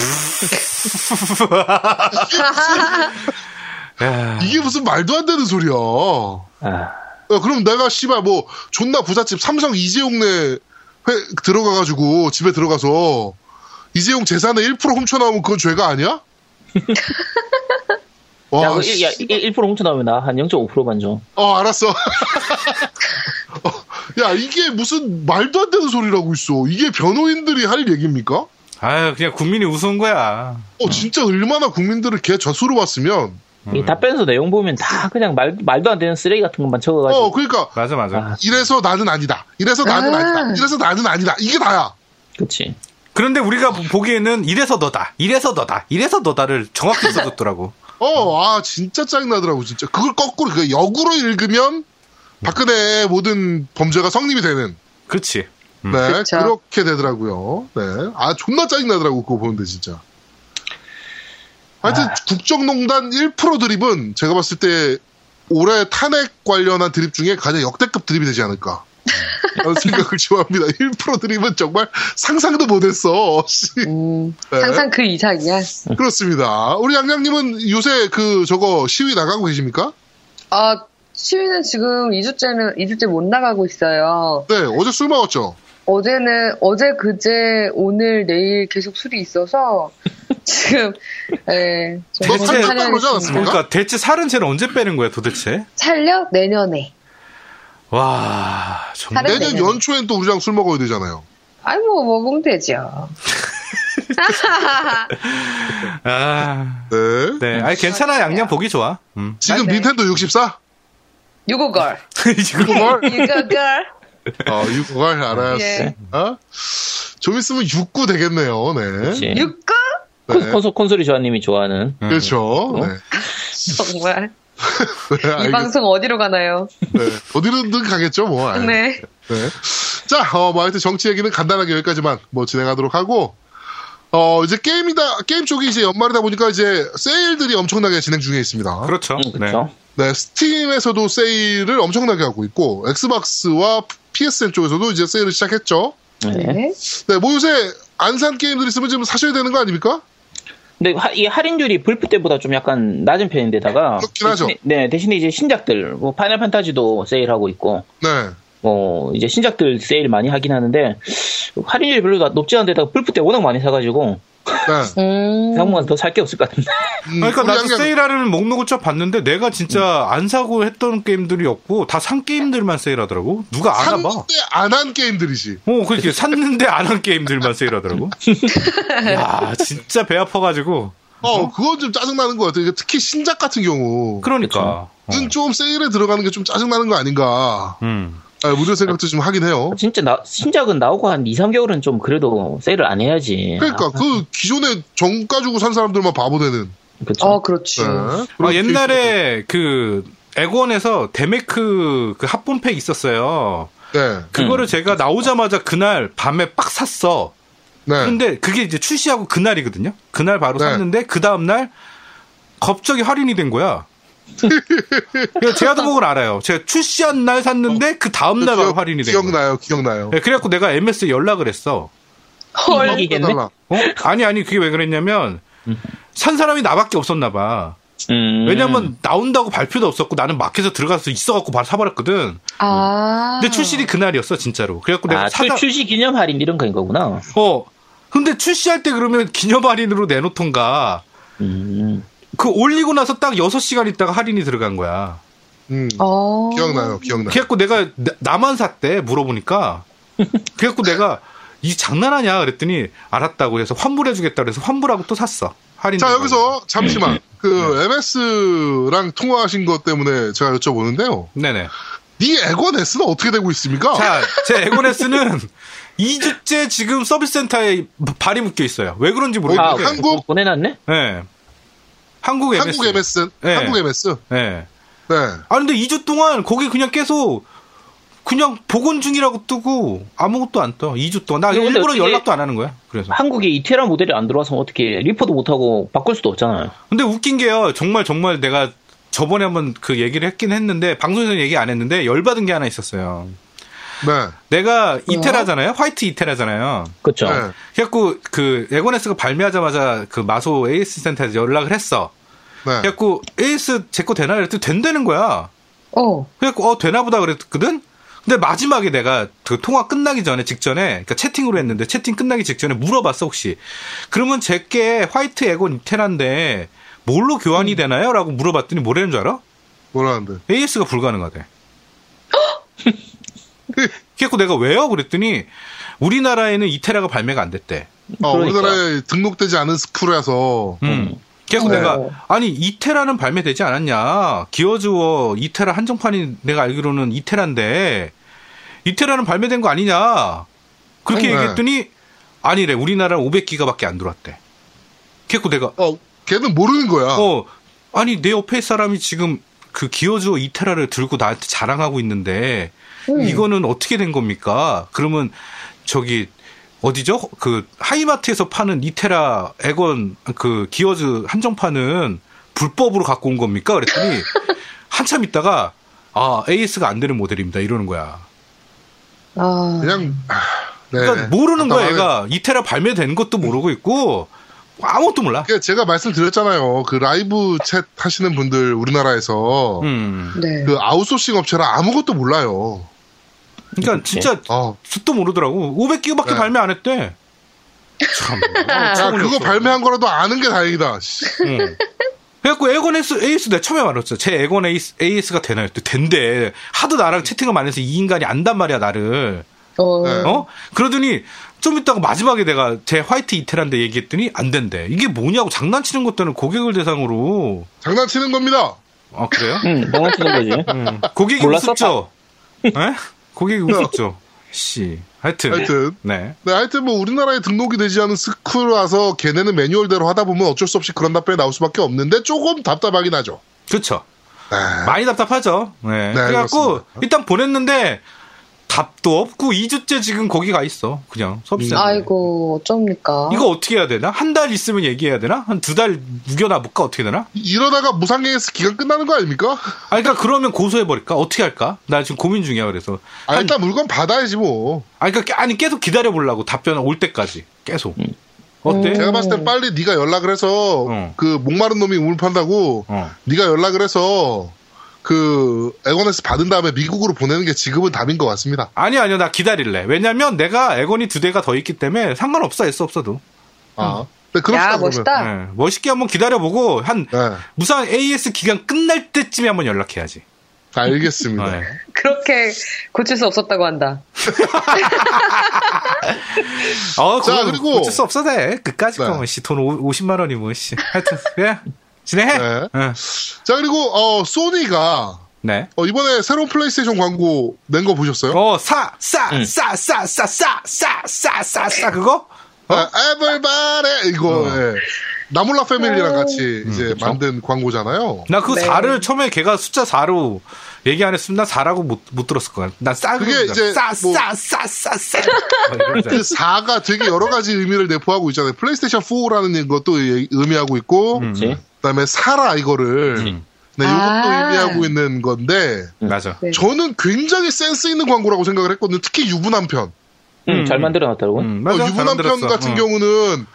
C: 야,
B: 이게 무슨 말도 안 되는 소리야.
D: 아,
B: 야, 그럼 내가 씨발 뭐 존나 부잣집 삼성 이재용네 회- 들어가가지고 집에 들어가서 이재용 재산의 1% 훔쳐나오면 그건 죄가 아니야? 와,
D: 야, 그 일- 야,
B: 씨.
D: 일- 1% 훔쳐나오면 나 한 0.5%만 줘.
B: 어, 알았어. 어, 야, 이게 무슨 말도 안 되는 소리라고 있어. 이게 변호인들이 할 얘기입니까? 어,
C: 아유 그냥 국민이 웃은 거야.
B: 진짜 얼마나 국민들을 개 젖으로 봤으면.
D: 이 답변서 내용 보면 다 그냥 말, 말도 안 되는 쓰레기 같은 것만
B: 어,
D: 적어가지고
B: 그러니까
C: 맞아 맞아.
D: 아.
B: 이래서 나는 아니다. 이래서 나는
E: 아.
B: 아니다. 이래서 나는 아니다. 이게 다야.
D: 그치
C: 그런데 우리가 보- 보기에는 이래서 너다, 이래서 너다, 이래서 너다를 정확히 써줬더라고.
B: 어, 아, 진짜 짜증나더라고, 진짜. 그걸 거꾸로, 그 역으로 읽으면 박근혜의 모든 범죄가 성립이 되는.
C: 그렇지. 음.
B: 네,
E: 그쵸.
B: 그렇게 되더라고요. 네. 아, 존나 짜증나더라고, 그거 보는데, 진짜. 하여튼, 국정농단 1% 드립은 제가 봤을 때 올해 탄핵 관련한 드립 중에 가장 역대급 드립이 되지 않을까. 라는 생각을 좋아합니다. 1% 드립은 정말 상상도 못했어. 씨.
E: 음,
B: 네.
E: 항상 그 이상이야.
B: 그렇습니다. 우리 양양님은 요새 그, 저거, 시위 나가고 계십니까?
E: 아, 시위는 지금 2주째는, 2주째 못 나가고 있어요.
B: 네, 어제 술 먹었죠.
E: 어제는, 어제, 그제, 오늘, 내일 계속 술이 있어서, 지금, 예. 좀
B: 너
E: 정신
B: 살이
E: 차려야겠습니다.
B: 쪘다고 그러지 않았습니까?
C: 그러니까 대체 살은 쟤는 언제 빼는 거야 도대체?
E: 살려? 내년에.
C: 와 정말.
E: 다른- 네,
B: 내년
E: 네.
B: 연초엔 또 우리랑 술 먹어야 되잖아요.
E: 아이, 뭐, 먹으면 되죠.
C: 아,
B: 네.
C: 네, 아니 괜찮아 양양 보기 좋아. 음.
B: 지금
E: 아, 네.
B: 닌텐도 64?
E: 유고걸.
C: 뭐-
B: 유고걸?
E: 유고걸.
B: 어, 유고걸 알았어.
E: 예.
B: 어? 좀 있으면 69 되겠네요. 네.
D: 그치
E: 육구?
D: 콘,
B: 네.
D: 콘솔, 콘솔이 좋아님이 좋아하는
B: 그렇죠. 네.
E: 정말.
B: 네,
E: 이
B: 알겠,
E: 방송 어디로 가나요?
B: 네. 어디로든 가겠죠, 뭐. 알-
E: 네.
B: 네. 자, 어, 뭐, 하여튼 정치 얘기는 간단하게 여기까지만 뭐 진행하도록 하고, 어, 이제 게임이다, 게임 쪽이 이제 연말이다 보니까 이제 세일들이 엄청나게 진행 중에 있습니다.
C: 그렇죠.
D: 음, 그쵸
B: 네, 스팀에서도 세일을 엄청나게 하고 있고, 엑스박스와 PSN 쪽에서도 이제 세일을 시작했죠.
D: 네.
E: 네.
B: 네, 뭐 요새 안 산 게임들 있으면 지금 사셔야 되는 거 아닙니까?
D: 근데 하- 이 할인율이 불프 때보다 좀 약간 낮은 편인데다가
B: 그렇긴 하죠.
D: 대신에- 네 대신에 이제 신작들 뭐 파이널 판타지도 세일하고 있고
B: 네.
D: 뭐 이제 신작들 세일 많이 하긴 하는데 할인율이 별로 나- 높지 않은데다가 불프 때 워낙 많이 사가지고
B: 네.
E: 음.
D: 당분간 더 살 게 없을 것 같은데
B: 음,
C: 어, 그러니까
B: 우리
C: 나도
B: 양양-
C: 세일하는 목록을 쫙 봤는데 내가 진짜 안 사고 했던 게임들이 없고 다 산 게임들만 세일하더라고. 누가 알아봐.
B: 샀는데 안 한 게임들이지.
C: 어, 그렇게 샀는데 안 한 게임들만 세일하더라고. 야, 진짜 배 아파가지고. 어.
B: 어, 그건 좀 짜증나는 것 같아요. 이게 특히 신작 같은 경우.
C: 그러니까.
B: 좀 세일에 들어가는 게 좀 짜증나는 거 아닌가.
C: 음.
B: 아, 무료 생각도 좀 하긴 해요.
D: 어, 진짜 나, 신작은 나오고 한 2, 3개월은 좀 그래도 세일을 안 해야지.
B: 그러니까 그 기존에 정가 주고 산 사람들만 바보 되는.
D: 아, 그쵸.
E: 어, 그렇지.
B: 네.
C: 아, 옛날에 그 액원에서 데메크 그 합본팩 있었어요.
B: 네.
C: 그거를 제가 나오자마자 그날 밤에 빡 샀어.
B: 네.
C: 근데 그게 이제 출시하고 그날이거든요. 그날 바로
B: 네.
C: 샀는데 그 다음 날 갑자기 할인이 된 거야. 그래서 제아도복을 알아요. 제가 출시한 날 샀는데 그 다음 날 바로
B: 기억-
C: 할인이 된
B: 그렇죠.
C: 거야.
B: 기억나요, 기억나요.
C: 네, 그래갖고 내가 MS에 연락을 했어.
B: 음,
D: 헐. 이기겠네?
B: 해달라.
C: 어? 아니 아니 그게 왜 그랬냐면
B: 음.
C: 산 사람이 나밖에 없었나 봐.
D: 음.
C: 왜냐면 나온다고 발표도 없었고 나는 마켓에 들어가서 있어갖고 바로 사버렸거든.
E: 아.
C: 근데 출시일이 그날이었어 진짜로. 그래갖고 내가
D: 아,
C: 사다.
D: 출, 시 기념 할인 이런 거인 거구나.
C: 어. 근데 출시할 때 그러면 기념 할인으로 내놓던가.
D: 음.
C: 그 올리고 나서 딱 6시간 있다가 할인이 들어간 거야.
B: 음.
E: 어.
B: 기억나요, 기억나요.
C: 그래갖고 내가 나- 나만 샀대 물어보니까. 그래갖고 내가 이 장난하냐 그랬더니 알았다고 해서 환불해주겠다 그래서 환불하고 또 샀어. 할인.
B: 자, 여기서 잠시만. 그 MS랑 통화하신 것 때문에 제가 여쭤보는데요.
C: 네네.
B: 니 액원 S는 어떻게 되고 있습니까?
C: 자, 제 에고네스는 2주째 지금 서비스센터에 발이 묶여 있어요. 왜 그런지
D: 아,
C: 모르겠는데.
B: 한국-
D: 뭐 보내놨네?
C: 예. 한국 MS.
B: 한국 MS.
C: 네.
B: 한국 MS.
C: 예.
B: 네.
C: 아 근데 2주 동안 거기 그냥 계속 그냥 복원 중이라고 뜨고 아무것도 안 떠. 2주 동안 나
D: 근데
C: 일부러
D: 어떻게-
C: 연락도 안 하는 거야. 그래서.
D: 한국에 이테라 모델이 안 들어와서 어떻게 리포도 못하고 바꿀 수도 없잖아요.
C: 근데 웃긴 게요. 정말 정말 내가 저번에 한번 그 얘기를 했긴 했는데 방송에서 얘기 안 했는데 열받은 게 하나 있었어요.
B: 네.
C: 내가 이테라잖아요. 화이트 이테라잖아요.
D: 그쵸.
B: 네.
C: 그래갖고 그 에고네스가 발매하자마자 그 마소 에이스 센터에서 연락을 했어.
B: 네.
C: 그래갖고 에이스 제 거 되나? 그랬더니 된다는 거야.
E: 어.
C: 그래갖고 어 되나 보다 그랬거든. 근데 마지막에 내가 그 통화 끝나기 전에 직전에 그러니까 채팅으로 했는데 채팅 끝나기 직전에 물어봤어 혹시 그러면 제게 화이트 에곤 이테란데 뭘로 교환이 되나요?라고 물어봤더니 뭐라는 줄 알아?
B: 뭐라는데.
C: AS가 불가능하대. 그래갖고 내가 왜요? 그랬더니 우리나라에는 이테라가 발매가 안 됐대.
B: 어,
D: 그러니까.
B: 우리나라에 등록되지 않은 스쿨이라서.
C: 음. 그래서
E: 네.
C: 내가 아니 이테라는 발매되지 않았냐 기어즈워 이테라 한정판이 내가 알기로는 이테란데 이테라는 발매된 거 아니냐 그렇게
B: 네.
C: 얘기했더니 아니래 우리나라 500기가밖에 안 들어왔대 그래서 내가
B: 어, 걔는 모르는 거야.
C: 어 아니 내 옆에 사람이 지금 그 기어즈워 이테라를 들고 나한테 자랑하고 있는데
B: 음.
C: 이거는 어떻게 된 겁니까 그러면 저기 어디죠? 그 하이마트에서 파는 이테라 에건 그 기어즈 한정판은 불법으로 갖고 온 겁니까? 그랬더니 한참 있다가 아 AS가 안 되는 모델입니다 이러는 거야.
E: 아.
B: 그냥, 아, 네.
C: 그러니까 모르는 거야
B: 답답하네.
C: 얘가 이테라 발매된 것도 모르고 있고 아무것도 몰라.
B: 그러니까 제가 말씀드렸잖아요. 그 라이브 챗 하시는 분들 우리나라에서
C: 음.
E: 네.
B: 그 아웃소싱 업체라 아무것도 몰라요.
C: 그러니까 진짜
B: 어.
C: 듣도 모르더라고. 500기가밖에
B: 네.
C: 발매 안 했대. 참. 어,
D: 아,
C: 아,
B: 야, 그거 발매한 거라도 아는 게 다행이다. 씨.
C: 응. 그래갖고 에건 에이스, 에이스 내가 처음에 말했어. 제 에건 에이스, 에이스가 되나 했더니 된대. 하도 나랑 채팅을 많이 해서 이 인간이 안단 말이야, 나를.
E: 어.
B: 네.
C: 어? 그러더니 좀 이따가 마지막에 내가 제 화이트 이태란데 얘기했더니 안 된대. 이게 뭐냐고 장난치는 것도 아니고 고객을 대상으로.
B: 장난치는 겁니다.
C: 아, 그래요?
D: 응, 장난치는 음, 거지.
C: 응. 고객이
D: 음. 몰랐어, 아.
C: 우습죠? 에? 고객이 우습죠? 씨. 하여튼.
B: 하여튼.
C: 네.
B: 네, 하여튼 뭐 우리나라에 등록이 되지 않은 스쿨 와서 걔네는 매뉴얼대로 하다 보면 어쩔 수 없이 그런 답변이 나올 수밖에 없는데 조금 답답하긴 하죠.
C: 그렇죠.
B: 네.
C: 많이 답답하죠.
B: 네,
C: 네. 그래갖고
B: 그렇습니다.
C: 일단 보냈는데 답도 없고 2주째 지금 거기 가 있어. 그냥 서비스.
E: 음. 아이고, 어쩝니까?
C: 이거 어떻게 해야 되나? 한 달 있으면 얘기해야 되나? 한 두 달 우겨놔 볼까? 어떻게 되나?
B: 이러다가 무상계에서 기간 끝나는 거 아닙니까?
C: 아, 그러니까 그러면 고소해버릴까? 어떻게 할까? 나 지금 고민 중이야, 그래서.
B: 아, 일단 물건 받아야지 뭐.
C: 아, 그러니까, 깨- 아니, 계속 기다려보려고 답변 올 때까지. 계속.
E: 음.
C: 어때?
B: 제가 봤을 땐 빨리 네가 연락을 해서
C: 어.
B: 그 목마른 놈이 우물 판다고
C: 어.
B: 네가 연락을 해서 그 에고네스 받은 다음에 미국으로 보내는 게 지금은 답인 것 같습니다.
C: 아니, 아니요, 나 기다릴래. 왜냐면 내가 애건이 두 대가 더 있기 때문에 상관없어, 애써 없어도.
B: 아, 네, 그렇습니다.
E: 야,
B: 그러면.
E: 멋있다.
C: 네, 멋있게 한번 기다려보고, 한,
B: 네.
C: 무상 AS 기간 끝날 때쯤에 한번 연락해야지.
B: 알겠습니다.
C: 네.
E: 그렇게 고칠 수 없었다고 한다.
C: 어,
B: 자,
C: 자, 그리고
B: 그리고-
C: 고칠 수 없어 돼. 끝까지
B: 네.
C: 가면 씨. 돈 오- 50만 원이 뭐 씨. 하여튼 예. 진행해.
B: 네.
C: 응.
B: 자 그리고 어, 소니가
C: 네.
B: 어, 이번에 새로운 플레이스테이션 광고 낸 거 보셨어요?
C: 어, 사, 사, 사, 사, 사, 사, 사, 사, 사, 사, 그거?
B: 아, 에블바레 이거
C: 어.
B: 예. 나몰라 패밀리랑 같이
C: 음,
B: 이제 만든 광고잖아요.
C: 나 그 사를 처음에 걔가 숫자 사로 얘기 안 했으면 나 4라고 못, 못 들었을 거야. 난 싸,
B: 그게 이제
C: 싸,
B: 뭐-
C: 싸, 싸, 싸, 싸.
B: 그 4가 되게 여러 가지 의미를 내포하고 있잖아요. 플레이스테이션 4라는 것도 예- 의미하고 있고,
D: 그치?
B: 그다음에 사라 이거를
C: 음.
B: 네, 이것도
E: 아.
B: 의미하고 있는 건데
C: 맞아.
E: 네.
B: 저는 굉장히 센스 있는 광고라고 생각을 했거든요. 특히 유부남 편.
D: 음, 잘 만들어 놨더라고.
C: 음,
B: 어,
C: 맞아. 잘
B: 유부남 편
C: 만들었어. 음.
B: 같은
C: 응.
B: 경우는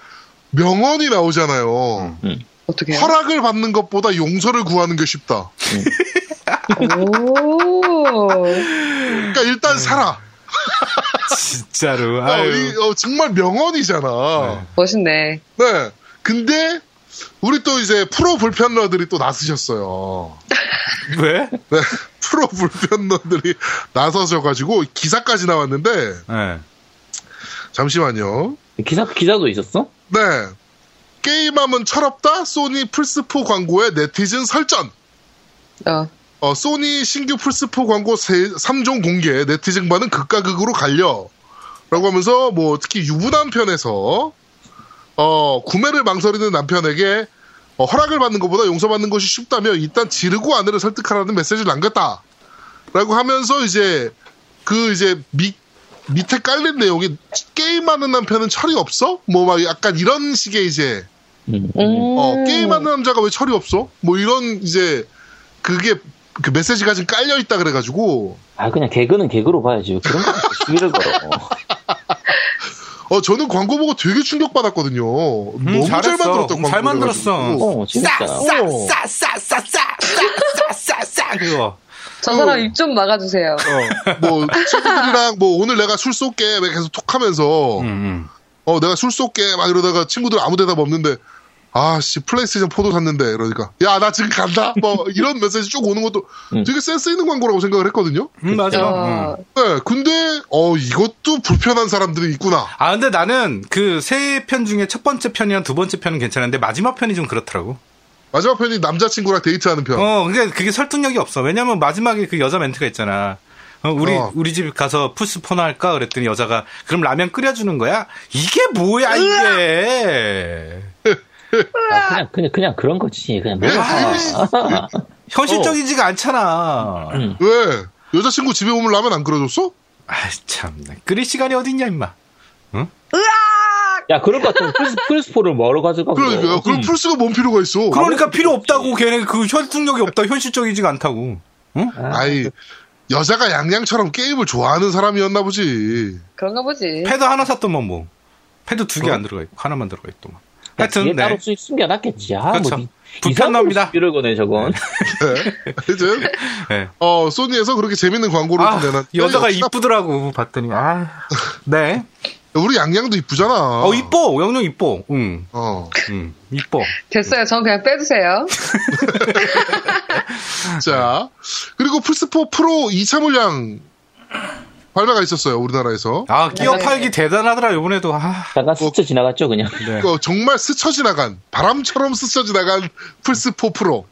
B: 명언이 나오잖아요.
C: 예.
E: 어떻게 해요?
B: 허락을 받는 것보다 용서를 구하는 게 쉽다.
E: 오.
B: 그러니까 일단 살아.
C: 진짜로.
B: 어, 이-
C: 네. 아유.
B: 어, 정말 명언이잖아.
E: 멋있네.
B: 네. 근데 우리 또 이제 프로 불편러들이 또 나서셨어요.
C: 왜?
B: 네, 프로 불편러들이 나서셔가지고 기사까지 나왔는데
C: 네.
B: 잠시만요.
D: 기사 기사도 있었어?
B: 네. 게임함은 철없다. 소니 플스4 광고에 네티즌 설전.
E: 어.
B: 어, 소니 신규 플스4 광고 세, 3종 공개. 네티즌 반은 극과 극으로 갈려. 라고 하면서 뭐 특히 유부남 편에서 어, 구매를 망설이는 남편에게 어, 허락을 받는 것보다 용서받는 것이 쉽다며 일단 지르고 아내를 설득하라는 메시지를 남겼다. 라고 하면서 이제 그 이제 밑 밑에 깔린 내용이 게임하는 남편은 철이 없어? 뭐 막 약간 이런 식의 이제
D: 음.
E: 음.
B: 어, 게임하는 남자가 왜 철이 없어? 뭐 이런 이제 그게 그 메시지가 지금 깔려 있다 그래가지고
D: 아 그냥 개그는 개그로 봐야지. 왜 그런 거 시비를 걸어.
B: 어 저는 광고 보고 되게 충격 받았거든요. 너무 잘
C: 잘했어.
B: 만들었다.
C: 음, 잘 만들었어.
D: 어 재밌다.
C: 싸, 싸, 싸, 싸, 싸, 싸, 싸, 그거.
E: 저 사람 입 좀 막아주세요.
B: 뭐 친구들이랑 뭐 오늘 내가 술 쏠게 막 계속 톡하면서
C: 음,
B: 어 내가 술 쏠게 막 이러다가 친구들 아무 대답 없는데 아씨 플레이스테이션 포도 샀는데 이러니까 야 나 지금 간다 뭐 이런 메시지 쭉 오는 것도 되게 센스 있는 광고라고 생각을 했거든요.
C: 음, 맞아. 음.
E: 어.
B: 네, 근데 어 이것도 불편한 사람들이 있구나.
C: 아 근데 나는 그 세 편 중에 첫 번째 편이랑 두 번째 편은 괜찮은데 마지막 편이 좀 그렇더라고.
B: 마지막 편이 남자친구랑 데이트하는 편.
C: 어, 근데 그게 설득력이 없어. 왜냐면 마지막에 그 여자 멘트가 있잖아. 어, 우리
B: 어.
C: 우리 집 가서 푸스 포나 할까 그랬더니 여자가 그럼 라면 끓여주는 거야? 이게 뭐야 이게?
D: 아, 그냥 그냥 그냥 그런 거지. 그냥
B: 왜? 아!
D: 넘어가.
C: 현실적이지가 않잖아.
B: 음. 왜? 여자친구 집에 오면 라면 안 끓여줬어?
C: 아 참나 끓일 시간이 어딨냐 임마.
D: 야 그럴 것 같으면 플스 플스포를 뭐로 가져가? 그거.
B: 그러니까 그럼
D: 음.
B: 플스가 뭔 필요가 있어?
C: 어, 그러니까 필요 없다고 걔네 그 설득력이 없다 현실적이지가 않다고. 응?
B: 아이 여자가 양양처럼 게임을 좋아하는 사람이었나 보지.
E: 그런가 보지.
C: 패드 하나 샀더만 뭐. 패드 두 개 안 들어가 있고 하나만 들어가 있더만.
D: 야, 그러니까 뒤에
C: 하여튼 네.
D: 따로 수- 숨겨놨겠지. 아,
C: 그렇죠.
D: 뭐,
C: 불편합니다.
D: 비를 거네 저건.
B: 예? 하여튼
C: 네.
B: 어 소니에서 그렇게 재밌는 광고를
C: 아,
B: 좀 내놨.
C: 여자가
B: 역시나
C: 이쁘더라고 봤더니 아. 네.
B: 우리 양양도 이쁘잖아.
C: 어 이뻐. 영영 이뻐. 응.
B: 어.
C: 응. 이뻐.
E: 됐어요. 전 그냥 빼주세요.
B: 자 그리고 플스4 프로 2차 물량 발매가 있었어요 우리나라에서.
C: 아,
D: 네.
C: 끼어 팔기 대단하더라 요번에도. 아.
D: 잠깐 스쳐 지나갔죠 그냥.
C: 네.
B: 그 정말 스쳐 지나간 바람처럼 스쳐 지나간 플스4 프로.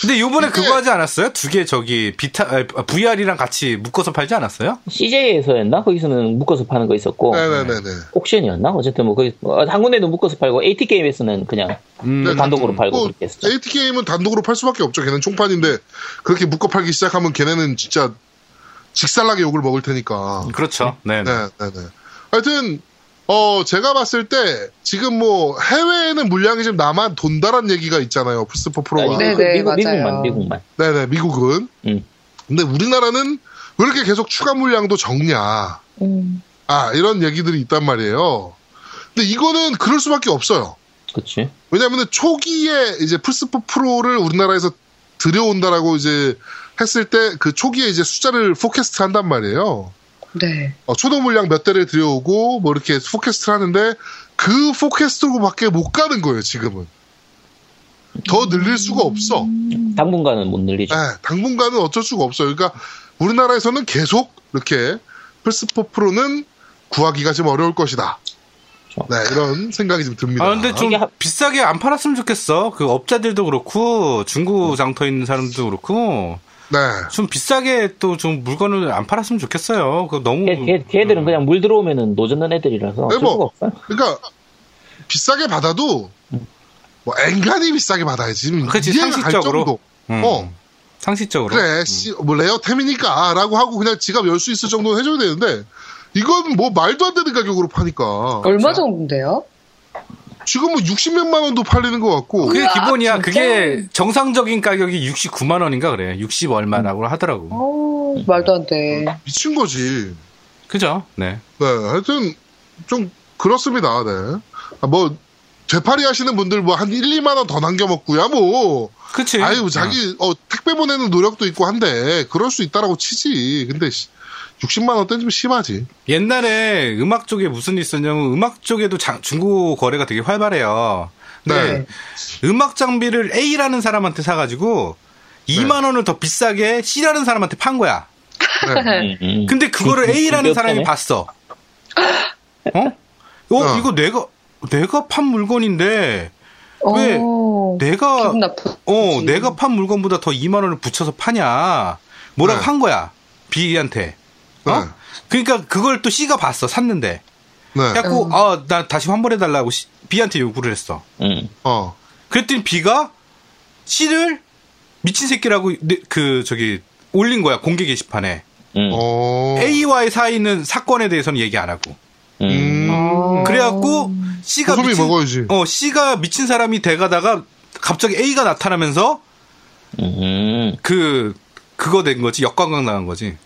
C: 근데 요번에
B: 이게-
C: 그거 하지 않았어요? 두 개 저기 비타 VR이랑 같이 묶어서 팔지 않았어요?
D: CJ에서였나? 거기서는 묶어서 파는 거 있었고.
B: 네네네네.
D: 옥션이었나? 어쨌든 뭐 거기 어, 한 군데는 묶어서 팔고 AT 게임에서는 그냥
C: 음.
B: 네,
D: 단독으로 팔고
B: 뭐,
D: 그렇게 했었죠.
B: AT 게임은 단독으로 팔 수밖에 없죠. 걔는 총판인데 그렇게 묶어 팔기 시작하면 걔네는 진짜 직살나게 욕을 먹을 테니까.
D: 음.
C: 그렇죠. 네. 네.
B: 네, 네, 네. 하여튼 어 제가 봤을 때 지금 뭐 해외에는 물량이 좀 남아 돈다란 얘기가 있잖아요. 플스4 프로가.
E: 네, 네.
D: 그러니까 미국,
E: 맞아요.
D: 미국만 미국만.
B: 네, 네. 미국은.
D: 음.
B: 근데 우리나라는 왜 이렇게 계속 추가 물량도 적냐? 아 이런 얘기들이 있단 말이에요. 근데 이거는 그럴 수밖에 없어요.
D: 그치.
B: 왜냐하면 초기에 이제 플스4 프로를 우리나라에서 들여온다라고 이제 했을 때 그 초기에 이제 숫자를 포캐스트 한단 말이에요.
E: 네.
B: 어, 초도 물량 몇 대를 들여오고 뭐 이렇게 포캐스트를 하는데 그 포캐스트로밖에 못 가는 거예요 지금은. 더 늘릴 수가 없어.
D: 당분간은 못 늘리죠.
B: 예, 당분간은 어쩔 수가 없어요. 그러니까 우리나라에서는 계속 이렇게 플스4 프로는 구하기가 좀 어려울 것이다. 네, 이런 생각이 좀 듭니다.
C: 아, 근데 좀
D: 이게 하-
C: 비싸게 안 팔았으면 좋겠어. 그 업자들도 그렇고, 중고 장터 있는 사람도 그렇고,
B: 네.
C: 좀 비싸게 또 좀 물건을 안 팔았으면 좋겠어요. 그 너무.
D: 걔, 걔, 걔들은 그냥 물 들어오면은 노젓는 애들이라서
B: 네,
D: 쓸
B: 뭐.
D: 수가 없어요. 음.
B: 그러니까 비싸게 받아도 뭐 앵간히 비싸게 받아야지. 지금
C: 그치,
B: 이해가 갈
C: 상식적으로.
B: 정도.
C: 음, 그렇죠.
B: 어.
C: 상식적으로.
B: 그래, 씨, 뭐 레어템이니까 라고 하고 그냥 지갑 열 수 있을 정도는 해줘야 되는데 이건 뭐 말도 안 되는 가격으로 파니까
E: 얼마 정도인데요?
B: 지금 뭐 60몇만 원도 팔리는 것 같고
C: 그게
E: 우와,
C: 기본이야.
E: 진짜?
C: 그게 정상적인 가격이 69만 원인가 그래. 60 얼마라고 하더라고.
E: 음. 어, 말도 안 돼.
B: 미친 거지.
C: 그죠? 네.
B: 네, 하여튼 좀 그렇습니다. 네. 아, 뭐 되팔이 하시는 분들 뭐 한 1, 2만 원 더 남겨 먹고야 뭐.
C: 그치.
B: 아유, 자기 어, 택배 보내는 노력도 있고 한데 그럴 수 있다라고 치지. 근데 씨, 60만 원 떼주면 심하지.
C: 옛날에 음악 쪽에 무슨 일이 있었냐면 음악 쪽에도 장- 중고 거래가 되게 활발해요.
B: 네.
C: 근데 음악 장비를 A라는 사람한테 사가지고
B: 네.
C: 2만 원을 더 비싸게 C라는 사람한테 판 거야.
B: 네.
D: 음, 음.
C: 네. 근데 그거를
D: 그- 그-
C: A라는
D: 그게
C: 사람이
D: 없다네?
C: 봤어. 어? 어,
B: 어.
C: 이거 내가 내가 판 물건인데
E: 어,
C: 왜 내가
E: 기분 나쁘.
C: 어 내가 판 물건보다 더 2만 원을 붙여서 파냐 뭐라고
B: 네.
C: 한 거야 B한테. 어?
B: 네.
C: 그러니까 그걸 또 C가 봤어 샀는데.
B: 네.
C: 자꾸 아나 다시 환불해 달라고 B한테 요구를 했어.
D: 음.
B: 어.
C: 그랬더니 B가 C를 미친 새끼라고 내- 그 저기 올린 거야 공개 게시판에.
D: 음.
B: 어.
C: A와의 사이는 사건에 대해서는 얘기 안 하고.
D: 음.
E: 어.
C: 그래갖고 C가
B: 고소비
C: 미친
B: 먹어야지.
C: 어 C가 미친 사람이 돼가다가 갑자기 A가 나타나면서
D: 음.
C: 그 그거 된 거지 역관광 나간 거지.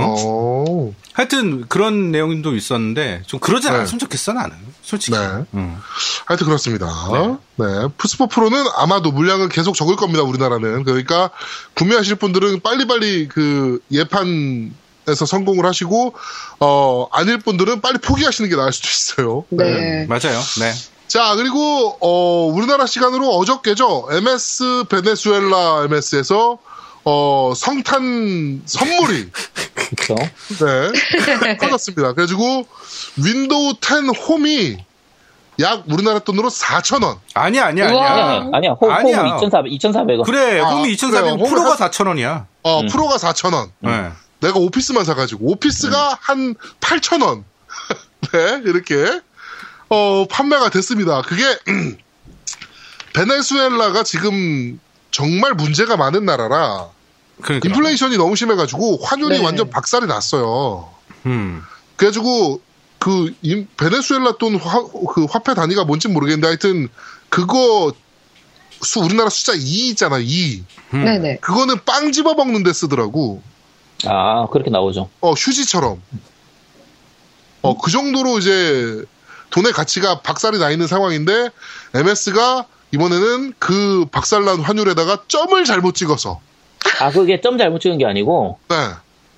B: 어.
C: 하여튼 그런 내용도 있었는데 좀 그러지
B: 네.
C: 않았으면 좋겠어 나는 솔직히.
B: 네.
C: 음.
B: 하여튼 그렇습니다. 네. 푸스포 프로는 아마도 물량은 계속 적을 겁니다. 우리나라는. 그러니까 구매하실 분들은 빨리빨리 그 예판에서 성공을 하시고 어 아닐 분들은 빨리 포기하시는 게 나을 수도 있어요.
E: 네.
C: 맞아요. 네.
B: 자 그리고 어 우리나라 시간으로 어저께죠 MS 베네수엘라 MS에서 어 성탄 선물이
D: 그쵸.
B: 네. 커졌습니다. 그래가지고 윈도우 10 홈이 약 우리나라 돈으로 4천 원.
C: 아니야 아니야
E: 우와.
C: 아니야.
D: 아니야, 아니야. 호,
C: 아니야.
D: 호흡은 2,400, 2,400원.
C: 그래
B: 아,
C: 홈이
B: 그래요.
C: 2,400
B: 홈을
C: 프로가
B: 샀-
C: 4천 원이야.
B: 어 프로가 4천 원.
D: 음.
C: 네.
B: 내가 오피스만 사가지고 오피스가 한 8천 원. 네 이렇게 어 판매가 됐습니다. 그게 베네수엘라가 지금 정말 문제가 많은 나라라
C: 그러니까.
B: 인플레이션이 너무 심해가지고 환율이
E: 네.
B: 완전 박살이 났어요.
C: 음.
B: 그래가지고 그 인- 베네수엘라 돈 화, 그 화폐 단위가 뭔지 모르겠는데 하여튼 그거 수 우리나라 숫자 2 있잖아 2
C: 음.
E: 네네.
B: 그거는 빵 집어 먹는데 쓰더라고
D: 아, 그렇게 나오죠.
B: 어 휴지처럼 어 그 정도로 이제 돈의 가치가 박살이 나 있는 상황인데 MS가 이번에는 그 박살난 환율에다가 점을 잘못 찍어서
D: 아, 그게 점 잘못 찍은 게 아니고,
B: 네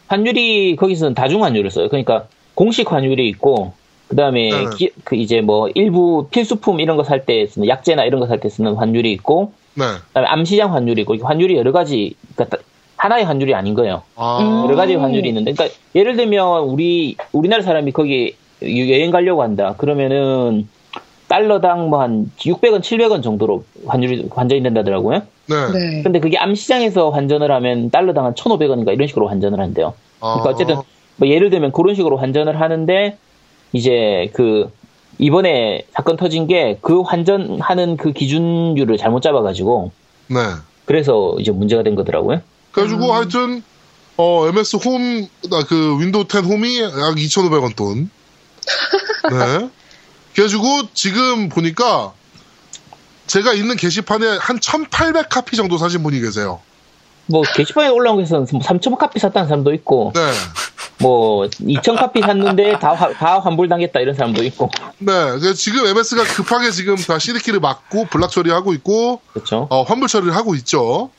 D: 환율이, 거기서는 다중환율을 써요. 그러니까, 공식 환율이 있고, 그 다음에,
B: 네.
D: 그 이제 뭐, 일부 필수품 이런 거 살 때 쓰는, 약재나 이런 거 살 때 쓰는 환율이 있고,
B: 네.
D: 그 다음에 암시장 환율이 있고, 이렇게 환율이 여러 가지, 그러니까 따- 하나의 환율이 아닌 거예요.
B: 아,
E: 음.
D: 여러 가지 환율이 있는데, 그러니까 예를 들면 우리 우리나라 사람이 거기 여행 가려고 한다. 그러면은 달러당 뭐 한 600원, 700원 정도로 환율이 환전이 된다더라고요.
B: 네.
E: 네.
D: 근데 그게 암시장에서 환전을 하면 달러당 한 1,500원인가 이런 식으로 환전을 한대요. 그러니까
B: 아.
D: 어쨌든 뭐 예를 들면 그런 식으로 환전을 하는데 이제 그 이번에 사건 터진 게 그 환전하는 그 기준율을 잘못 잡아가지고
B: 네.
D: 그래서 이제 문제가 된 거더라고요.
B: 그래가지고 하여튼 어 MS 홈, 아, 그 윈도우 10 홈이 약 2,500원 돈. 네. 그래가지고 지금 보니까 제가 있는 게시판에 한 1,800 카피 정도 사신 분이 계세요.
D: 뭐 게시판에 올라온 것에서는 3,000 카피 샀다는 사람도 있고
B: 네.
D: 뭐 2천 카피 샀는데 다, 화- 다 환불당했다 이런 사람도 있고
B: 네. 그래서 지금 MS가 급하게 지금 다 CD키를 막고 블락 처리하고 있고
D: 그렇죠
B: 어, 환불 처리를 하고 있죠.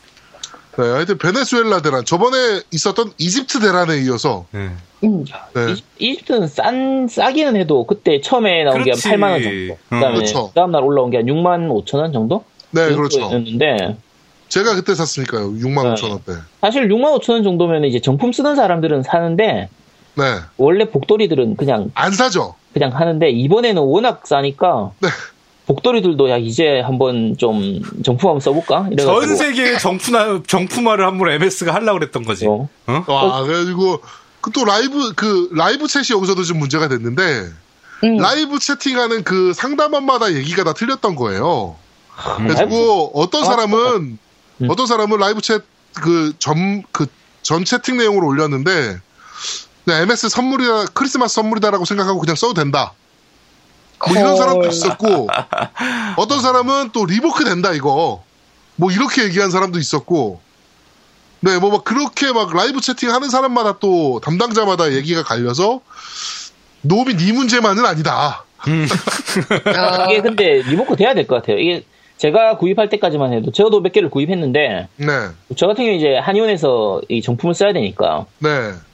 B: 네. 하여튼 베네수엘라 대란 저번에 있었던 이집트 대란에 이어서
C: 네.
E: 음.
B: 네.
D: 이- 이집트는 싼 싸기는 해도 그때 처음에 나온 게 한
C: 그렇지. 어.
D: 8만 원 정도 그다음에
B: 음, 그렇죠.
D: 다음 날 올라온 게 한 6만 5천 원 정도
B: 네, 그렇죠.
D: 였는데
B: 제가 그때 샀으니까요. 6만 5천 원대.
D: 사실 6만 5천 원 정도면 이제 정품 쓰는 사람들은 사는데
B: 네.
D: 원래 복돌이들은 그냥
B: 안 사죠.
D: 그냥 하는데 이번에는 워낙 싸니까
C: 네.
D: 복돌이들도 야 이제 한번 좀 정품 한번 써볼까? 이래가지고
C: 전 세계의 정품화, 정품화를 함부로 MS가 하려고 그랬던 거지.
D: 어.
C: 어?
B: 와, 그래가지고, 그 또 라이브, 그, 라이브 챗이 여기서도 좀 문제가 됐는데,
D: 음.
B: 라이브 채팅하는 그 상담원마다 얘기가 다 틀렸던 거예요. 그래가지고, 어떤
D: 아,
B: 사람은, 어떤 사람은 라이브 챗, 그, 점, 그, 전 채팅 내용으로 올렸는데, 그냥 MS 선물이다, 크리스마스 선물이다라고 생각하고 그냥 써도 된다. 뭐 이런 사람도 있었고, 어떤 사람은 또 리버크 된다, 이거. 뭐 이렇게 얘기한 사람도 있었고, 네, 뭐 막 그렇게 막 라이브 채팅 하는 사람마다 또 담당자마다 얘기가 갈려서, 노비 네 문제만은 아니다.
E: 어,
D: 이게 근데 리모컨 돼야 될 것 같아요. 이게 제가 구입할 때까지만 해도 저도 몇 개를 구입했는데
B: 네,
D: 저 같은 경우 이제 한의원에서 이 정품을 써야 되니까
B: 네,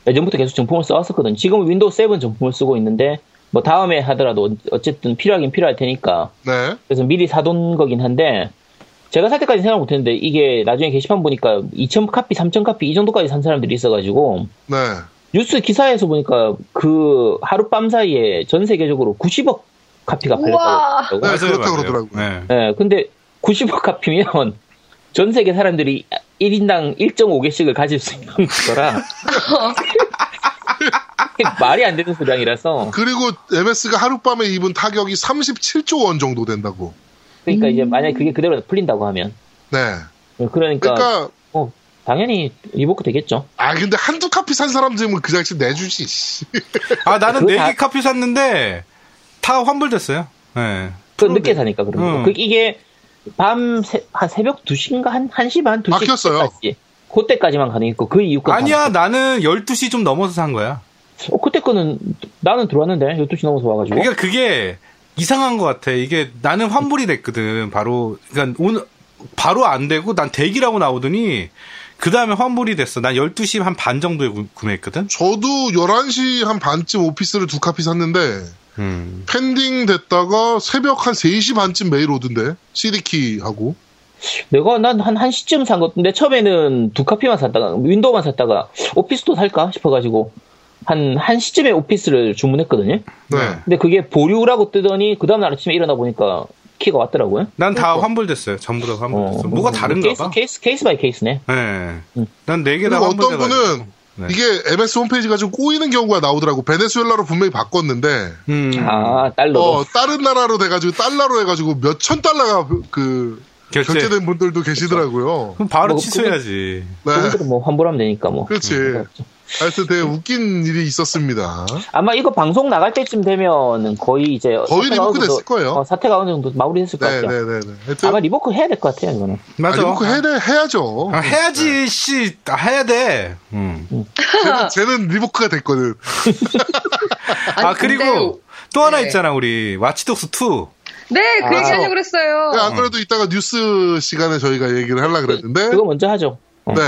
D: 예전부터 계속 정품을 써왔었거든. 요 지금 윈도우 7 정품을 쓰고 있는데 뭐 다음에 하더라도 어쨌든 필요하긴 필요할 테니까
B: 네.
D: 그래서 미리 사둔 거긴 한데 제가 살 때까지 생각 못했는데 이게 나중에 게시판 보니까 2,000 카피, 3,000 카피 이 정도까지 산 사람들이 있어가지고
B: 네.
D: 뉴스 기사에서 보니까 그 하룻밤 사이에 전 세계적으로 90억 카피가
E: 우와.
D: 팔렸다고.
B: 네,
D: 하더라고요.
B: 그렇다
C: 맞아요.
B: 그러더라고요.
C: 네.
D: 예, 근데 90억 카피면 전 세계 사람들이 1인당 1.5개씩을 가질 수 있는 거라. 말이 안 되는 소량이라서.
B: 그리고 MS가 하룻밤에 입은 타격이 37조 원 정도 된다고.
D: 그러니까 이제 만약에 그게 그대로 풀린다고 하면.
B: 네.
D: 그러니까,
B: 그러니까,
D: 어, 당연히 리버크 되겠죠.
B: 아, 근데 한두 카피 산 사람들은 그 장치 내주지. 씨.
C: 아, 나는
D: 그거
C: 네
D: 다-
C: 개 카피 샀는데 다 환불됐어요. 네.
D: 그 늦게 사니까 그러니까.
C: 음.
D: 그 이게 밤, 새- 한 새벽 2시인가? 한, 1시 반? 2시?
B: 막혔어요.
D: 그때까지. 그때까지만 가능했고, 그 이후 거
C: 아니야, 나는 12시 좀 넘어서 산 거야.
D: 어, 그때 거는, 나는 들어왔는데, 12시 넘어서 와가지고.
C: 그러니까 그게 이상한 것 같아. 이게 나는 환불이 됐거든. 바로 그러니까 오늘 바로 안 되고 난 대기라고 나오더니 그 다음에 환불이 됐어. 난 12시 한 반 정도에 구- 구매했거든.
B: 저도 11시 한 반쯤 오피스를 두 카피 샀는데,
C: 음.
B: pending 됐다가 새벽 한 3시 반쯤 메일 오던데, CD키하고.
D: 내가 난 한 1시쯤 산 것같은데 처음에는 두 카피만 샀다가 윈도우만 샀다가 오피스도 살까 싶어가지고 한 1시쯤에 오피스를 주문했거든요.
B: 네.
D: 근데 그게 보류라고 뜨더니 그 다음날 아침에 일어나 보니까 키가 왔더라고요.
C: 난 다 환불됐어요. 전부 다 환불됐어.
D: 그러니까. 어,
C: 뭐가 다른가
D: 케이스,
C: 봐.
D: 케이스, 케이스 바이 케이스네.
C: 네. 난 네 개 다
B: 그리고
C: 환불돼
B: 어떤 분은
C: 네.
B: 이게 MS 홈페이지가 좀 꼬이는 경우가 나오더라고. 베네수엘라로 분명히 바꿨는데,
C: 음.
D: 아, 달러로.
B: 어, 다른 나라로 돼가지고, 달러로 해가지고 몇 천 달러가 그,
C: 결제.
B: 결제된 분들도 계시더라고요.
C: 그럼 바로
D: 뭐,
C: 취소해야지.
B: 네.
D: 그분들은 뭐 환불하면 되니까 뭐.
B: 그렇지.
C: 네.
B: 하여튼 되게 웃긴 일이 있었습니다.
D: 아마 이거 방송 나갈 때쯤 되면은 거의 이제
B: 거의
D: 사태가
B: 리버크
D: 어느 정도-
B: 됐을 거예요.
D: 어, 사태가 어느 정도 마무리됐을 것
B: 네,
D: 같아요.
B: 네, 네, 네. 하여튼,
D: 아마 리버크 해야 될 것 같아요 이거는.
C: 맞아.
B: 아니, 그 해야, 해야죠.
C: 아, 해야지, 씨. 아, 해야 돼. 음.
B: 쟤는 리버크가 됐거든.
C: 아,
E: 근데-
C: 그리고 또 하나
E: 네.
C: 있잖아, 우리. 와치독스 2.
E: 네,
B: 아.
E: 그 얘기 하려고 그랬어요.
B: 안 그래도 이따가 뉴스 시간에 저희가 얘기를 하려고 그랬는데,
D: 그거 먼저 하죠.
E: 뭐-
D: 어.
B: 네.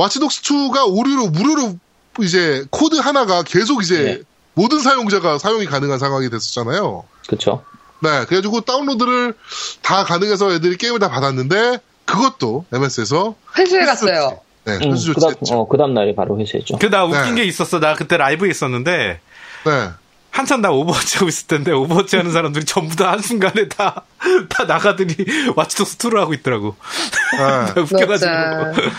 B: 와치독스2가 오류로, 무료로 이제 코드 하나가 계속 이제
E: 예.
D: 네.
B: 모든 사용자가 사용이 가능한 상황이 됐었잖아요.
D: 그렇죠.
B: 네. 그래가지고 다운로드를 다 가능해서 애들이 게임을 다 받았는데, 그것도 MS에서
E: 회수해 갔어요.
B: 네,
D: 응,
B: 회수
D: 그다음,
B: 조치했죠.
D: 어, 그다음 날에 바로 회수했죠.
C: 그 나 웃긴
B: 네.
C: 게 있었어. 나 그때 라이브에 있었는데
B: 네.
C: 한참 나 오버워치 하고 있을 텐데 오버워치 하는 사람들이 전부 다 한순간에 다, 다 나가더니 와치독스 2를 하고 있더라고.
B: 네.
E: 진짜.
C: 웃겨가지고.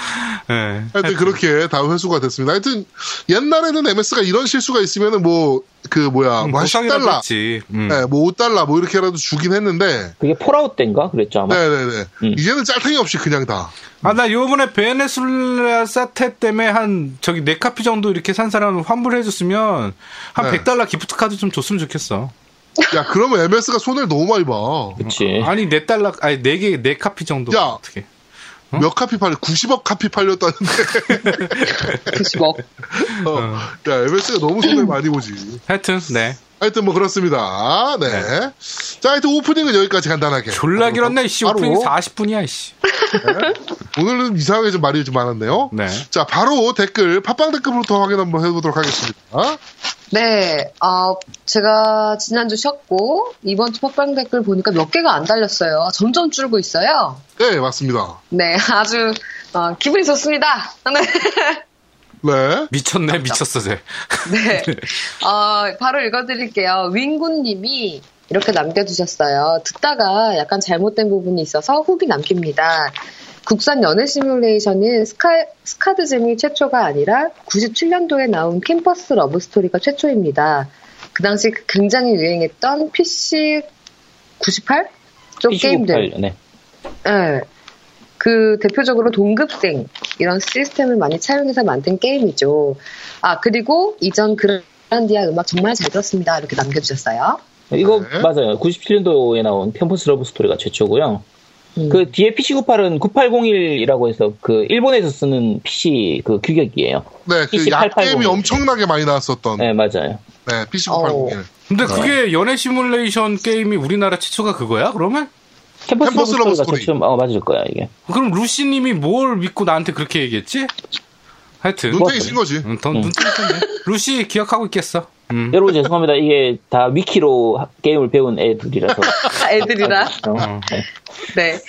C: 네.
B: 하여튼 그렇게 다 회수가 됐습니다. 하여튼 옛날에는 MS가 이런 실수가 있으면은 뭐 그 뭐야
C: 음,
B: 뭐 10달러,
C: 지 음.
B: 네, 뭐 5달러 뭐 이렇게라도 주긴 했는데,
D: 그게 폴아웃 때인가 그랬죠
C: 어.
D: 아마.
B: 네네네
D: 음.
B: 이제는 짤탱이 없이 그냥 다.
C: 아, 나 요번에 베네수엘라 사태 때문에 한, 저기, 네 카피 정도 이렇게 산 사람 환불해줬으면, 한
B: 네.
C: 100달러 기프트카드 좀 줬으면 좋겠어.
B: 야 그러면 MS가 손을 너무 많이 봐.
D: 그렇지.
C: 아니, 네달러 아니, 네개네 카피 정도.
B: 야.
C: 어떻게.
B: 몇 카피 팔려? 90억 카피 팔렸다는데.
E: 90억.
B: 어. 야 MS가 너무 손을 많이 보지.
C: 하여튼, 네.
B: 하여튼 뭐 그렇습니다. 네. 자 하여튼 오프닝은 여기까지 간단하게.
C: 졸라 길었네, 씨.
B: 아, 뭐, 바로
C: 오프닝 40분이야, 씨.
B: 오늘은 이상하게 좀 말이 좀 많았네요.
C: 네.
B: 자 바로 댓글 팟빵 댓글부터 확인 한번 해보도록 하겠습니다.
E: 네, 아, 제가 지난주 쉬었고, 이번 주 팟빵 댓글 보니까 몇 개가 안 달렸어요. 점점 줄고 있어요.
B: 네 맞습니다.
E: 네, 아주, 어, 기분이 좋습니다. 네.
B: 네.
C: 미쳤네, 미쳤어, 쟤.
E: 네. 어, 바로 읽어드릴게요. 윙군님이 이렇게 남겨주셨어요. 듣다가 약간 잘못된 부분이 있어서 후기 남깁니다. 국산 연애 시뮬레이션인 스카, 드잼이 최초가 아니라 97년도에 나온 캠퍼스 러브스토리가 최초입니다. 그 당시 굉장히 유행했던 PC 98? 쪽 게임들.
D: 네.
E: 예. 그 대표적으로 동급생 이런 시스템을 많이 차용해서 만든 게임이죠. 아 그리고 이전 그란디아 음악 정말 잘 들었습니다. 이렇게 남겨주셨어요.
D: 이거
B: 네.
D: 맞아요. 97년도에 나온 캠퍼스 러브 스토리가 최초고요.
E: 음.
D: 그 뒤에 PC98은 9801이라고 해서 그 일본에서 쓰는 PC 그 규격이에요.
B: 네, 그
D: 2880.
B: 약겜이 엄청나게 많이 나왔었던
D: 네, 맞아요.
B: 네, PC981.
E: 어.
C: 근데 그게 연애 시뮬레이션 게임이 우리나라 최초가 그거야, 그러면?
D: 캠퍼스,
B: 캠퍼스
D: 러브
B: 러브
D: 스토리가
B: 스토리.
D: 최초, 어, 맞을 거야, 이게.
C: 그럼 루시님이 뭘 믿고 나한테 그렇게 얘기했지? 하여튼.
B: 눈탱이 쓴 거지.
C: 음, 더 눈탱이 쳤네. 루시 기억하고 있겠어. 음.
D: 여러분 죄송합니다. 이게 다 위키로 하- 게임을 배운 애들이라서.
E: 아, 애들이라.
D: 어,
E: 네.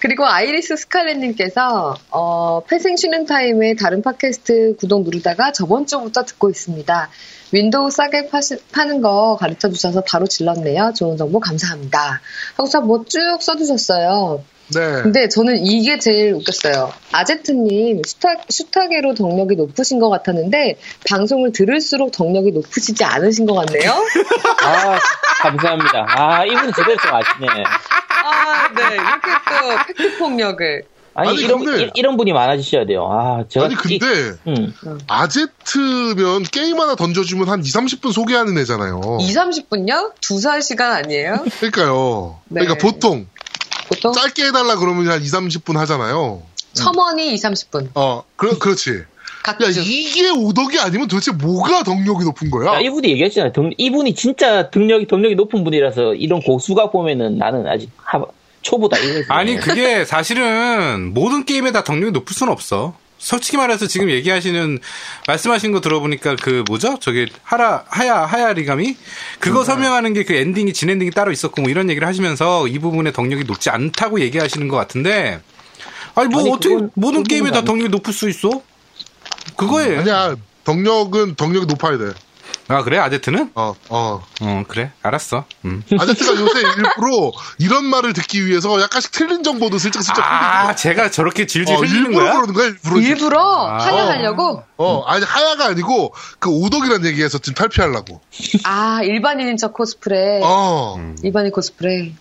E: 그리고 아이리스 스칼렛님께서 어, 폐생 쉬는 타임에 다른 팟캐스트 구독 누르다가 저번 주부터 듣고 있습니다. 윈도우 싸게 파시- 파는 거 가르쳐 주셔서 바로 질렀네요. 좋은 정보 감사합니다. 하고서 뭐 쭉 써주셨어요.
B: 네.
E: 근데 저는 이게 제일 웃겼어요. 아제트님 슈타, 슈타게로 덕력이 높으신 것 같았는데 방송을 들을수록 덕력이 높으시지 않으신 것 같네요.
D: 아, 감사합니다. 아, 이분 제대로 좀 아시네.
E: 아, 네 이렇게 또 팩트 폭력을.
D: 아니,
B: 아니,
D: 이런,
B: 근데-
D: 이- 이런 분이 많아지셔야 돼요. 아, 제가.
B: 아니,
D: 이-
B: 근데,
D: 음.
B: 아제트면 게임 하나 던져주면 한 2, 30분 소개하는 애잖아요.
E: 2, 30분요? 두 살 시간 아니에요?
B: 그러니까요.
E: 네.
B: 그러니까 보통
E: 보통
B: 짧게 해달라 그러면 한 2, 30분 하잖아요.
E: 첨언이 2, 30분.
B: 어, 그, 그렇지. 야,
E: 각주.
B: 이게 오덕이 아니면 도대체 뭐가 덕력이 높은
D: 아,
B: 거야?
D: 이분이 얘기했잖아요. 등- 이분이 진짜 등력이, 등력이 높은 분이라서 이런 고수가 보면은 나는 아직 하- 초보다. 이거지.
C: 아니, 그게 사실은 모든 게임에 다 덕력이 높을 수는 없어. 솔직히 말해서 지금 얘기하시는 말씀하신 거 들어보니까 그 뭐죠? 저기 하라 하야 하야리감이 그거 설명하는 게 그 엔딩이 진엔딩이 따로 있었고 뭐 이런 얘기를 하시면서 이 부분에 덕력이 높지 않다고 얘기하시는 것 같은데 아니 뭐
D: 아니,
C: 어떻게
D: 그건
C: 모든
D: 그건
C: 게임에 다
D: 아니-
C: 덕력이 높을 수 있어? 그거예요.
B: 음, 아니야. 덕력은 덕력이 높아야 돼.
C: 아 그래 아제트는?
B: 어, 어.
C: 어 그래 알았어. 음.
B: 아제트가 요새 일부러 이런 말을 듣기 위해서 약간씩 틀린 정보도 슬쩍슬쩍
C: 아 제가 저렇게 질질
B: 흘리는 거야. 어, 일부러
C: 흘리는 거야?
B: 그러는 거야, 일부러.
E: 일부러
C: 아.
E: 하려하려고?
B: 어, 아니, 하야가 아니고, 그 오덕이란 얘기에서 지금 탈피하려고.
E: 아, 일반인인 척 코스프레.
B: 어.
E: 일반인 코스프레.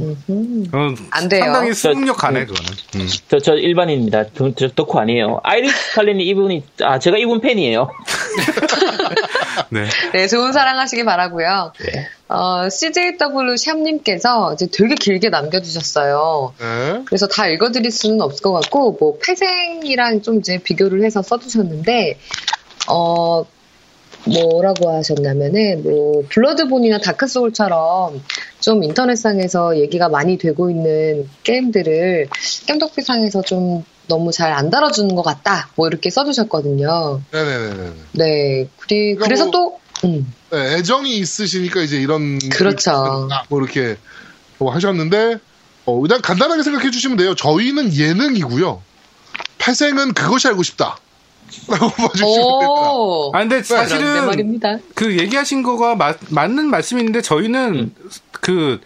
E: 음흠.
C: 어,
E: 안 돼요.
C: 상당히
D: 저-
C: 수능력 가네
D: 음.
C: 그거는. 음.
D: 저, 저 일반인입니다. 덕, 저 덕후 아니에요. 아이리스 칼린이 이분이, 아, 제가 이분 팬이에요.
C: 네.
E: 네, 좋은 사랑 하시기 바라고요
B: 예.
E: 어, CJW 샵님께서 이제 되게 길게 남겨주셨어요.
B: 네.
E: 그래서 다 읽어드릴 수는 없을 것 같고, 뭐, 폐생이랑 좀 이제 비교를 해서 써주셨는데, 어, 뭐라고 하셨냐면은, 뭐, 블러드본이나 다크소울처럼 좀 인터넷상에서 얘기가 많이 되고 있는 게임들을 겜덕비상에서 좀 너무 잘 안 다뤄주는 것 같다. 뭐, 이렇게 써주셨거든요.
B: 네네네네.
E: 네. 그리,
B: 그러니까
E: 그래서
B: 뭐-
E: 또, 음.
B: 네, 애정이 있으시니까 이제 이런.
E: 그렇죠.
B: 뭐 이렇게 뭐 하셨는데, 어, 그냥 간단하게 생각해 주시면 돼요. 저희는 예능이고요. 태생은 그것이 알고 싶다. 라고 봐주시면 됩니다.
E: 오.
C: 아 근데
E: 내
C: 사실은
E: 네, 말입니다.
C: 그 얘기하신 거가 맞, 맞는 말씀인데 저희는 그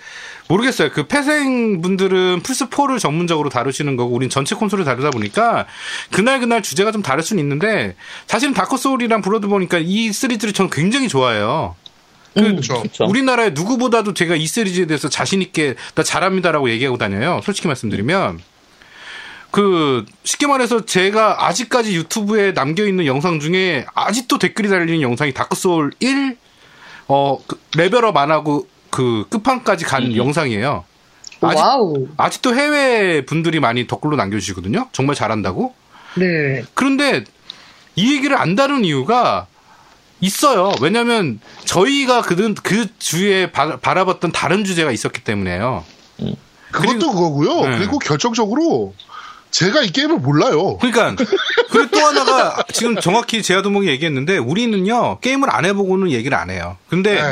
C: 모르겠어요. 그 폐생 분들은 플스 4를 전문적으로 다루시는 거고 우린 전체 콘솔을 다루다 보니까 그날 그날 주제가 좀 다를 수는 있는데 사실은 다크 소울이랑 블러드 보니까 이 시리즈를 저는 굉장히 좋아해요. 그
B: 그렇죠.
D: 그렇죠.
C: 우리나라에 누구보다도 제가 이 시리즈에 대해서 자신 있게 나 잘합니다라고 얘기하고 다녀요. 솔직히 말씀드리면 그 쉽게 말해서 제가 아직까지 유튜브에 남겨 있는 영상 중에 아직도 댓글이 달리는 영상이 다크 소울 1 어, 그 레벨업 안 하고 그 끝판까지 간 영상이에요. 아직-
E: 와우.
C: 아직도 해외 분들이 많이 댓글로 남겨주시거든요. 정말 잘한다고.
E: 네.
C: 그런데 이 얘기를 안 다룬 이유가 있어요. 왜냐면 저희가 그, 그 주에 바, 라봤던 다른 주제가 있었기 때문에요.
B: 그것도 그거고요
C: 네.
B: 그리고 결정적으로 제가 이 게임을 몰라요.
C: 그러니까 그리고 또 하나가 지금 정확히 제아도목이 얘기했는데 우리는요 게임을 안 해보고는 얘기를 안 해요. 근데
B: 네.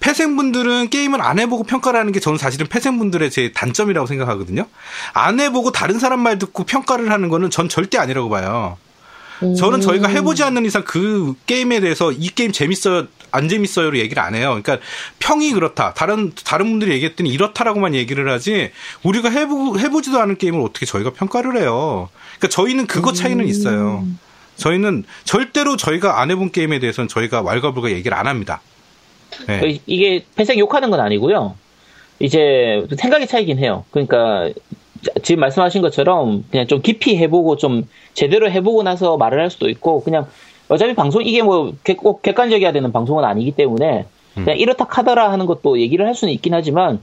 C: 폐생분들은 게임을 안 해보고 평가를 하는 게 저는 사실은 폐생분들의 제 단점이라고 생각하거든요. 안 해보고 다른 사람 말 듣고 평가를 하는 거는 전 절대 아니라고 봐요. 저는 저희가 해보지 않는 이상 그 게임에 대해서 이 게임 재밌어요, 안 재밌어요로 얘기를 안 해요. 그러니까 평이 그렇다. 다른, 다른 분들이 얘기했더니 이렇다라고만 얘기를 하지, 우리가 해보, 해보지도 않은 게임을 어떻게 저희가 평가를 해요. 그러니까 저희는 그거 차이는 있어요. 저희는 절대로 저희가 안 해본 게임에 대해서는 저희가 왈가불가 얘기를 안 합니다. 네.
D: 그러니까 이게 팬생 욕하는 건 아니고요. 이제 생각의 차이긴 해요. 그러니까 지금 말씀하신 것처럼 그냥 좀 깊이 해보고 좀 제대로 해보고 나서 말을 할 수도 있고 그냥 어차피 방송 이게 뭐 꼭 객관적이어야 되는 방송은 아니기 때문에 그냥 이렇다 카더라 하는 것도 얘기를 할 수는 있긴 하지만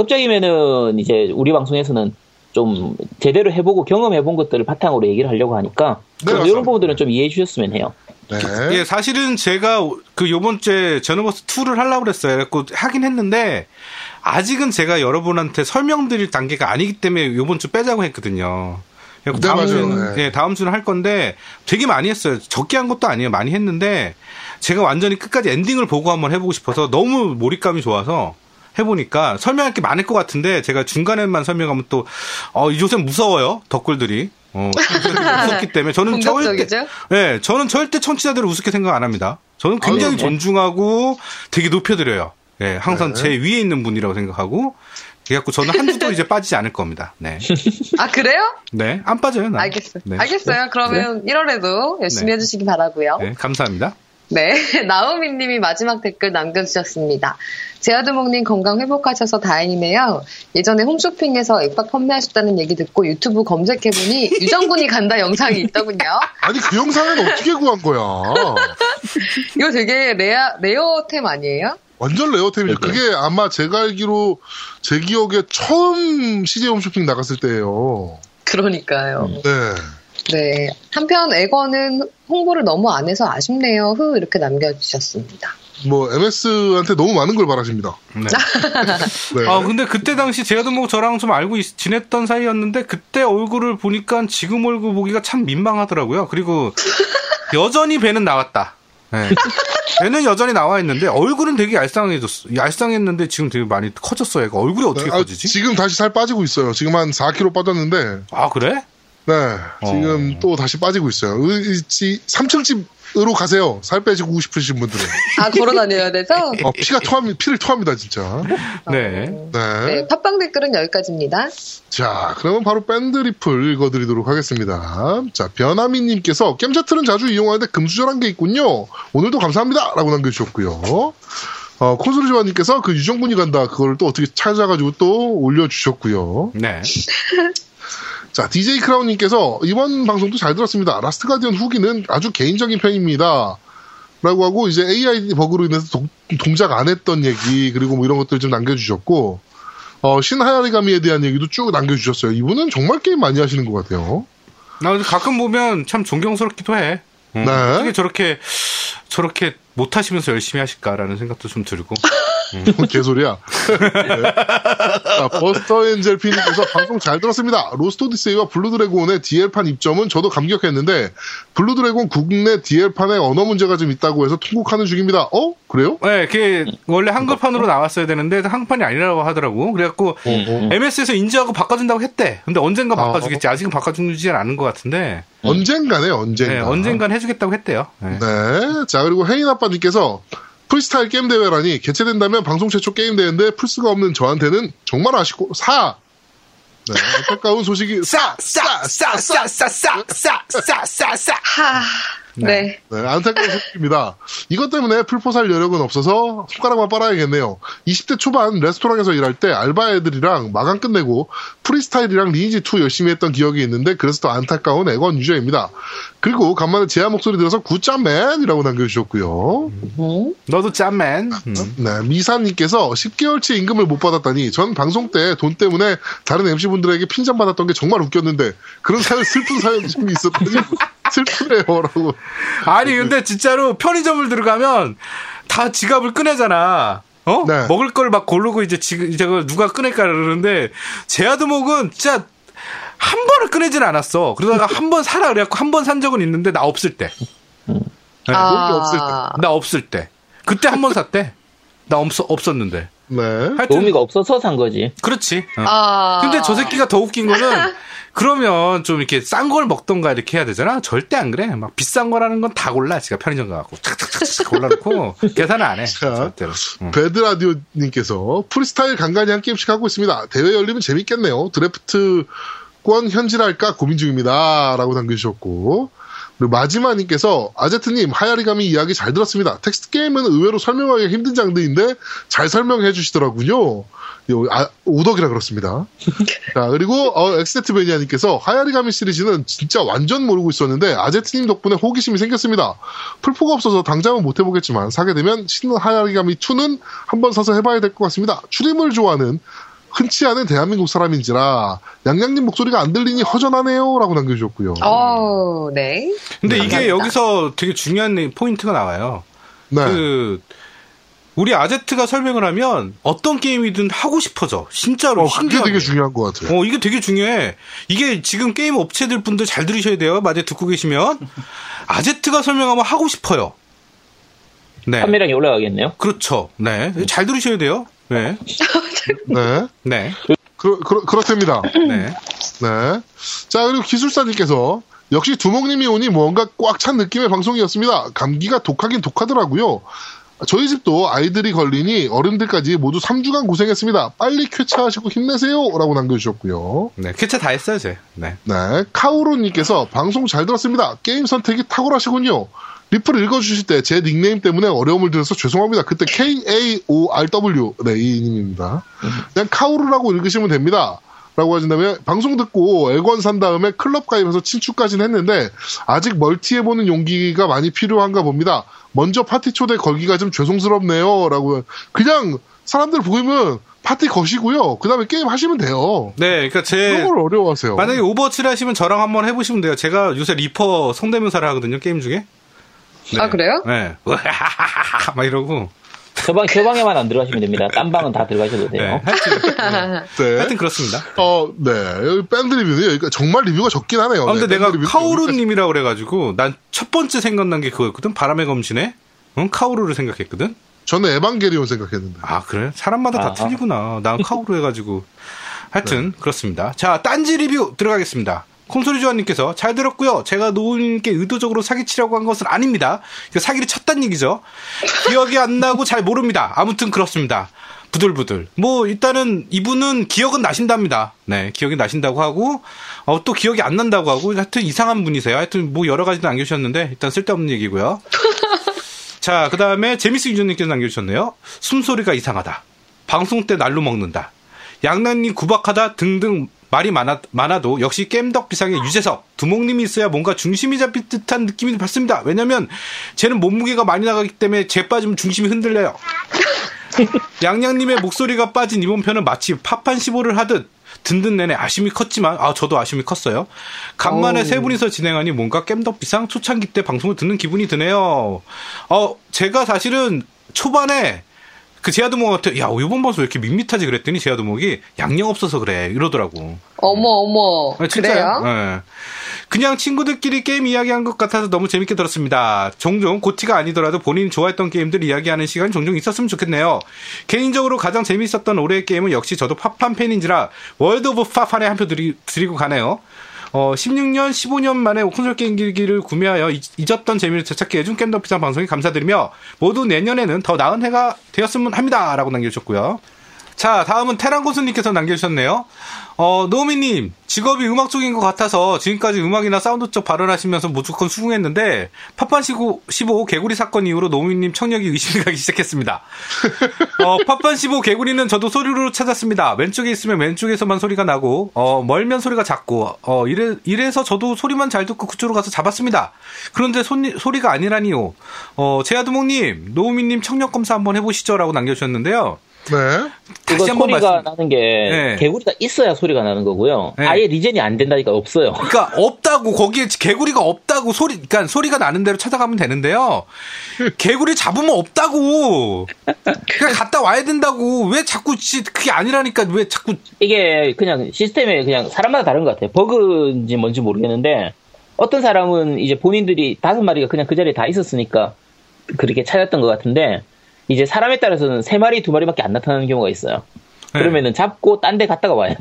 D: 가급적이면은 이제 우리 방송에서는 좀 제대로 해보고 경험해본 것들을 바탕으로 얘기를 하려고 하니까
B: 네,
D: 좀
B: 맞습니다.
D: 이런 부분들은 좀 이해해 주셨으면 해요.
B: 네.
C: 예, 사실은 제가 그 요번 주에 제노버스 2를 하려고 그랬어요. 그래갖고 하긴 했는데, 아직은 제가 여러분한테 설명드릴 단계가 아니기 때문에 요번 주 빼자고 했거든요. 그래갖고
B: 네, 맞아요.
C: 주는,
B: 네.
C: 예, 다음 주는 할 건데, 되게 많이 했어요. 적게 한 것도 아니에요. 많이 했는데, 제가 완전히 끝까지 엔딩을 보고 한번 해보고 싶어서 너무 몰입감이 좋아서, 해보니까 설명할 게 많을 것 같은데 제가 중간에만 설명하면 또 어, 요새 무서워요 덕글들이 어, 무섭기 때문에 저는 절대
E: 공격적이죠?
C: 네, 저는 절대 청취자들을 우습게 생각 안 합니다. 저는 굉장히
D: 아, 네.
C: 존중하고 되게 높여드려요. 예, 항상
E: 네.
C: 제 위에 있는 분이라고 생각하고. 그래갖고 저는 한 주도 이제 빠지지 않을 겁니다. 네.
E: 아 그래요?
C: 네, 안 빠져요, 나.
E: 알겠어요.
C: 네.
E: 알겠어요. 그러면 1월에도 열심히
C: 네.
E: 해주시기 바라고요.
C: 네, 감사합니다.
E: 네, 나우미님이 마지막 댓글 남겨주셨습니다. 제아두목님 건강 회복하셔서 다행이네요. 예전에 홈쇼핑에서 액박 판매하셨다는 얘기 듣고 유튜브 검색해보니 유정군이 간다 영상이 있더군요.
B: 아니 그 영상은 어떻게 구한 거야?
E: 이거 되게 레아, 레어템 아니에요?
B: 완전 레어템이죠. 그게 아마 제가 알기로 제 기억에 처음 CJ 홈쇼핑 나갔을 때예요.
E: 그러니까요.
C: 음.
B: 네.
E: 네. 한편 액어는 홍보를 너무 안 해서 아쉽네요. 흐 이렇게 남겨주셨습니다.
B: 뭐 MS한테 너무 많은 걸 바라십니다.
C: 네.
B: 네.
C: 아, 근데 그때 당시 제가도 뭐 저랑 좀 알고 있- 지냈던 사이였는데 그때 얼굴을 보니까 지금 얼굴 보기가 참 민망하더라고요. 그리고 여전히 배는 나왔다. 네. 배는 여전히 나와 있는데 얼굴은 되게 얄쌍해졌어. 얄쌍했는데 지금 되게 많이 커졌어. 얘가 얼굴이 어떻게
B: 아,
C: 커지지?
B: 지금 다시 살 빠지고 있어요. 지금 한 4kg 빠졌는데,
C: 아 그래?
B: 네, 지금 또 다시 빠지고 있어요. 3층 집으로 가세요. 살 빼시고 싶으신 분들은
E: 아, 걸어다녀야 돼서?
B: 어, 피가 토합니다. 피를 토합니다, 진짜.
C: 네.
B: 네.
E: 네, 팟빵 댓글은 여기까지입니다.
B: 자, 그러면 바로 밴드 리플 읽어드리도록 하겠습니다. 자, 변아미님께서 겜차트는 자주 이용하는데 금수저란 게 있군요. 오늘도 감사합니다. 라고 남겨주셨고요. 어, 콘솔지와님께서 그 유정군이 간다. 그걸 또 어떻게 찾아가지고 또 올려주셨고요.
C: 네.
B: 자, DJ 크라운님께서 이번 방송도 잘 들었습니다. 라스트 가디언 후기는 아주 개인적인 편입니다. 라고 하고, 이제 AI 버그로 인해서 동, 동작 안 했던 얘기, 그리고 뭐 이런 것들 좀 남겨주셨고, 어, 신하야리가미에 대한 얘기도 쭉 남겨주셨어요. 이분은 정말 게임 많이 하시는 것 같아요.
C: 나 근데 가끔 보면 참 존경스럽기도 해. 음,
B: 네.
C: 어떻게 저렇게 저렇게 못 하시면서 열심히 하실까라는 생각도 좀 들고.
B: 뭔 개소리야. 네. 자, 버스터 엔젤 피님께서 방송 잘 들었습니다. 로스트 오디세이와 블루드래곤의 DL판 입점은 저도 감격했는데, 블루드래곤 국내 DL판에 언어 문제가 좀 있다고 해서 통곡하는 중입니다. 어? 그래요?
C: 네, 그게 원래 한글판으로 나왔어야 되는데 한글판이 아니라고 하더라고. 그래갖고 MS에서 인지하고 바꿔준다고 했대. 근데 언젠가 바꿔주겠지. 음, 아직은 바꿔주지 않은 것 같은데
B: 음. 언젠가네,
C: 네,
B: 언젠가.
C: 언젠간 해주겠다고 했대요. 네.
B: 네. 자, 그리고 혜인아빠님께서 프리스타일 게임 대회라니 개최된다면 방송 최초 게임 대회인데 플스가 없는 저한테는 정말 아쉽고, 사! 네, 안타까운 소식이, 사! 사! 사! 사! 사! 사! 사! 사! 사! 사!
E: 하. 아, 네.
B: 네, 안타까운 소식입니다. 이것 때문에 풀포 살 여력은 없어서 손가락만 빨아야겠네요. 20대 초반 레스토랑에서 일할 때 알바 애들이랑 마감 끝내고 프리스타일이랑 리니지2 열심히 했던 기억이 있는데 그래서 더 안타까운 애건 유저입니다. 그리고 간만에 제아 목소리 들어서 굿짠맨이라고 남겨주셨고요.
C: 너도 짠맨. 음.
B: 네, 미사님께서 10개월치 임금을 못 받았다니 전 방송 때 돈 때문에 다른 MC분들에게 핀잔 받았던 게 정말 웃겼는데 그런 사연 슬픈 사연이 좀 있었다니 슬프네요 라고
C: 아니 근데 진짜로 편의점을 들어가면 다 지갑을 꺼내잖아. 어?
B: 네.
C: 먹을 걸 막 고르고 이제 지금 이제 그걸 누가 꺼낼까 그러는데 제아드목은 진짜 한 번을 꺼내진 않았어. 그러다가 한 번 사라 그래갖고 한 번 산 적은 있는데 나 없을 때. 네.
E: 아.
B: 없을
C: 아. 나 없을 때. 그때 한 번 샀대. 나 없, 없었는데.
B: 네.
C: 하여튼.
D: 의미가 없어서 산 거지.
C: 그렇지. 어.
E: 아.
C: 근데 저 새끼가 더 웃긴 거는 그러면 좀 이렇게 싼 걸 먹던가 이렇게 해야 되잖아. 절대 안 그래. 막 비싼 거라는 건 다 골라. 지가 편의점 가갖고 착착착착 골라놓고 계산을 안 해.
E: 그렇죠.
C: 절대로. 응.
B: 배드라디오님께서 프리스타일 간간히 한 게임씩 하고 있습니다. 대회 열리면 재밌겠네요. 드래프트권 현질할까 고민 중입니다. 라고 남겨주셨고. 그리고 마지마님께서 아제트님 하야리감이 이야기 잘 들었습니다. 텍스트 게임은 의외로 설명하기 힘든 장르인데 잘 설명해 주시더라고요. 요, 아, 오덕이라 그렇습니다. 자, 그리고 어, 엑스테트 베니아님께서 하야리가미 시리즈는 진짜 완전 모르고 있었는데 아제트님 덕분에 호기심이 생겼습니다. 풀포가 없어서 당장은 못 해보겠지만 사게 되면 신 하야리가미 2는 한번 사서 해봐야 될 것 같습니다. 추림을 좋아하는 흔치 않은 대한민국 사람인지라 양양님 목소리가 안 들리니 허전하네요 라고 남겨주셨고요.
C: 아,
E: 어, 네.
C: 근데 이게
E: 감사합니다.
C: 여기서 되게 중요한 포인트가 나와요.
B: 네.
C: 그 우리 아제트가 설명을 하면 어떤 게임이든 하고 싶어져. 진짜로
B: 어, 그게
C: 신기하게.
B: 되게 중요한 것 같아요.
C: 어, 이게 되게 중요해. 이게 지금 게임 업체들 분들 잘 들으셔야 돼요. 만약에 듣고 계시면. 아제트가 설명하면 하고 싶어요. 네.
D: 판매량이 올라가겠네요.
C: 그렇죠. 네. 잘 들으셔야 돼요. 네.
B: 네.
C: 네.
B: 그렇, 그렇, 그렇답니다.
C: 네.
B: 네. 자, 그리고 기술사님께서 역시 두목님이 오니 뭔가 꽉 찬 느낌의 방송이었습니다. 감기가 독하긴 독하더라고요. 저희 집도 아이들이 걸리니 어른들까지 모두 3주간 고생했습니다. 빨리 쾌차하시고 힘내세요. 라고 남겨주셨고요.
C: 네. 캐차 다 했어요, 제. 네.
B: 네. 카오로님께서 방송 잘 들었습니다. 게임 선택이 탁월하시군요. 리플 읽어주실 때 제 닉네임 때문에 어려움을 드려서 죄송합니다. 그때 K-A-O-R-W. 네, 이님입니다. 그냥 카오루라고 읽으시면 됩니다. 라고 하신 다음에 방송 듣고 액원 산 다음에 클럽 가입해서 친추까지는 했는데 아직 멀티 해보는 용기가 많이 필요한가 봅니다. 먼저 파티 초대 걸기가 좀 죄송스럽네요. 라고 그냥 사람들 보이면 파티 거시고요. 그 다음에 게임 하시면 돼요.
C: 네. 그러니까 제
B: 그런 걸 어려워하세요.
C: 만약에 오버워치를 하시면 저랑 한번 해보시면 돼요. 제가 요새 리퍼 성대묘사를 하거든요, 게임 중에.
E: 아, 그래요?
C: 네. 막 이러고.
D: 저 방, 저 방에만 안 들어가시면 됩니다. 딴 방은 다 들어가셔도
C: 네.
D: 돼요.
C: 하여튼, 네.
B: 네.
C: 하여튼 그렇습니다.
B: 어, 네. 여기 밴드 리뷰는 여기까 정말 리뷰가 적긴 하네요.
C: 아, 근데
B: 네,
C: 내가
B: 밴드 리뷰
C: 카오루님이라고 그래가지고 난 첫 번째 생각난 게 그거였거든. 바람의 검신에. 응? 카오루를 생각했거든.
B: 저는 에반게리온 생각했는데.
C: 아, 그래? 사람마다 다
D: 아. 네.
C: 틀리구나. 난 카오루 해가지고. 하여튼, 그렇습니다. 자, 딴지 리뷰 들어가겠습니다. 콘솔이 조아님께서 잘 들었고요. 제가 노우님께 의도적으로 사기치려고 한 것은 아닙니다. 이거 사기를 쳤단 얘기죠. 기억이 안 나고 잘 모릅니다. 아무튼 그렇습니다. 부들부들. 뭐 일단은 이분은 기억은 나신답니다. 네, 기억이 나신다고 하고 어, 또 기억이 안 난다고 하고 하여튼 이상한 분이세요. 하여튼 뭐 여러 가지도 남겨주셨는데 일단 쓸데없는 얘기고요. 자, 그 다음에 제미스 유저님께서 남겨주셨네요. 숨소리가 이상하다. 방송 때 날로 먹는다. 양난님 구박하다 등등 말이 많아, 많아도 역시 겜덕 비상의 유재석, 두목님이 있어야 뭔가 중심이 잡힐 듯한 느낌이 받습니다. 왜냐면 쟤는 몸무게가 많이 나가기 때문에 쟤 빠지면 중심이 흔들려요. 양양님의 목소리가 빠진 이번 편은 마치 팝판 15를 하듯 듣는 내내 아쉬움이 컸지만 아 저도 아쉬움이 컸어요. 간만에 세 분이서 진행하니 뭔가 겜덕 비상 초창기 때 방송을 듣는 기분이 드네요. 어 제가 사실은 초반에 그 제아도목한테 야 이번 방송 왜 이렇게 밋밋하지 그랬더니 제아도목이 양양 없어서 그래 이러더라고.
E: 어머, 어머.
C: 아, 진짜요?
E: 그래요?
C: 예. 그냥 친구들끼리 게임 이야기한 것 같아서 너무 재밌게 들었습니다. 종종 고티가 아니더라도 본인 좋아했던 게임들 이야기하는 시간 종종 있었으면 좋겠네요. 개인적으로 가장 재밌었던 올해의 게임은 역시 저도 팝판 팬인지라 월드 오브 팝판에 한 표 드리고 가네요. 어, 16년, 15년 만에 콘솔 게임기를 구매하여 잊- 잊었던 재미를 되찾게 해준 겜더 비상 방송에 감사드리며 모두 내년에는 더 나은 해가 되었으면 합니다. 라고 남겨주셨고요. 자, 다음은 테란고수님께서 남겨주셨네요. 어, 노미님, 직업이 음악 쪽인 것 같아서 지금까지 음악이나 사운드 쪽 발언하시면서 무조건 수긍했는데, 팝판 15, 15 개구리 사건 이후로 노미님 청력이 의심이 가기 시작했습니다. 어, 팝판 15 개구리는 저도 소리로 찾았습니다. 왼쪽에 있으면 왼쪽에서만 소리가 나고, 어, 멀면 소리가 작고, 어, 이래, 이래서 저도 소리만 잘 듣고 그쪽으로 가서 잡았습니다. 그런데 손, 소리가 아니라니요. 어, 제아두목님, 노미님 청력 검사 한번 해보시죠. 라고 남겨주셨는데요.
B: 네.
D: 이거
C: 다시 한번
D: 소리가
C: 말씀.
D: 나는 게
C: 네.
D: 개구리가 있어야 소리가 나는 거고요.
C: 네.
D: 아예 리젠이 안 된다니까 없어요.
C: 그러니까 없다고 거기에 개구리가 없다고 소리 그러니까 소리가 나는 대로 찾아가면 되는데요. 개구리 잡으면 없다고. 그냥 갔다 와야 된다고. 왜 자꾸 지- 그게 아니라니까 왜 자꾸
D: 이게 그냥 시스템에 그냥 사람마다 다른 것 같아요. 버그인지 뭔지 모르겠는데 어떤 사람은 이제 본인들이 다섯 마리가 그냥 그 자리에 다 있었으니까 그렇게 찾았던 것 같은데 이제 사람에 따라서는 세 마리 두 마리밖에 안 나타나는 경우가 있어요.
C: 네.
D: 그러면은 잡고 딴 데 갔다가 와야 돼.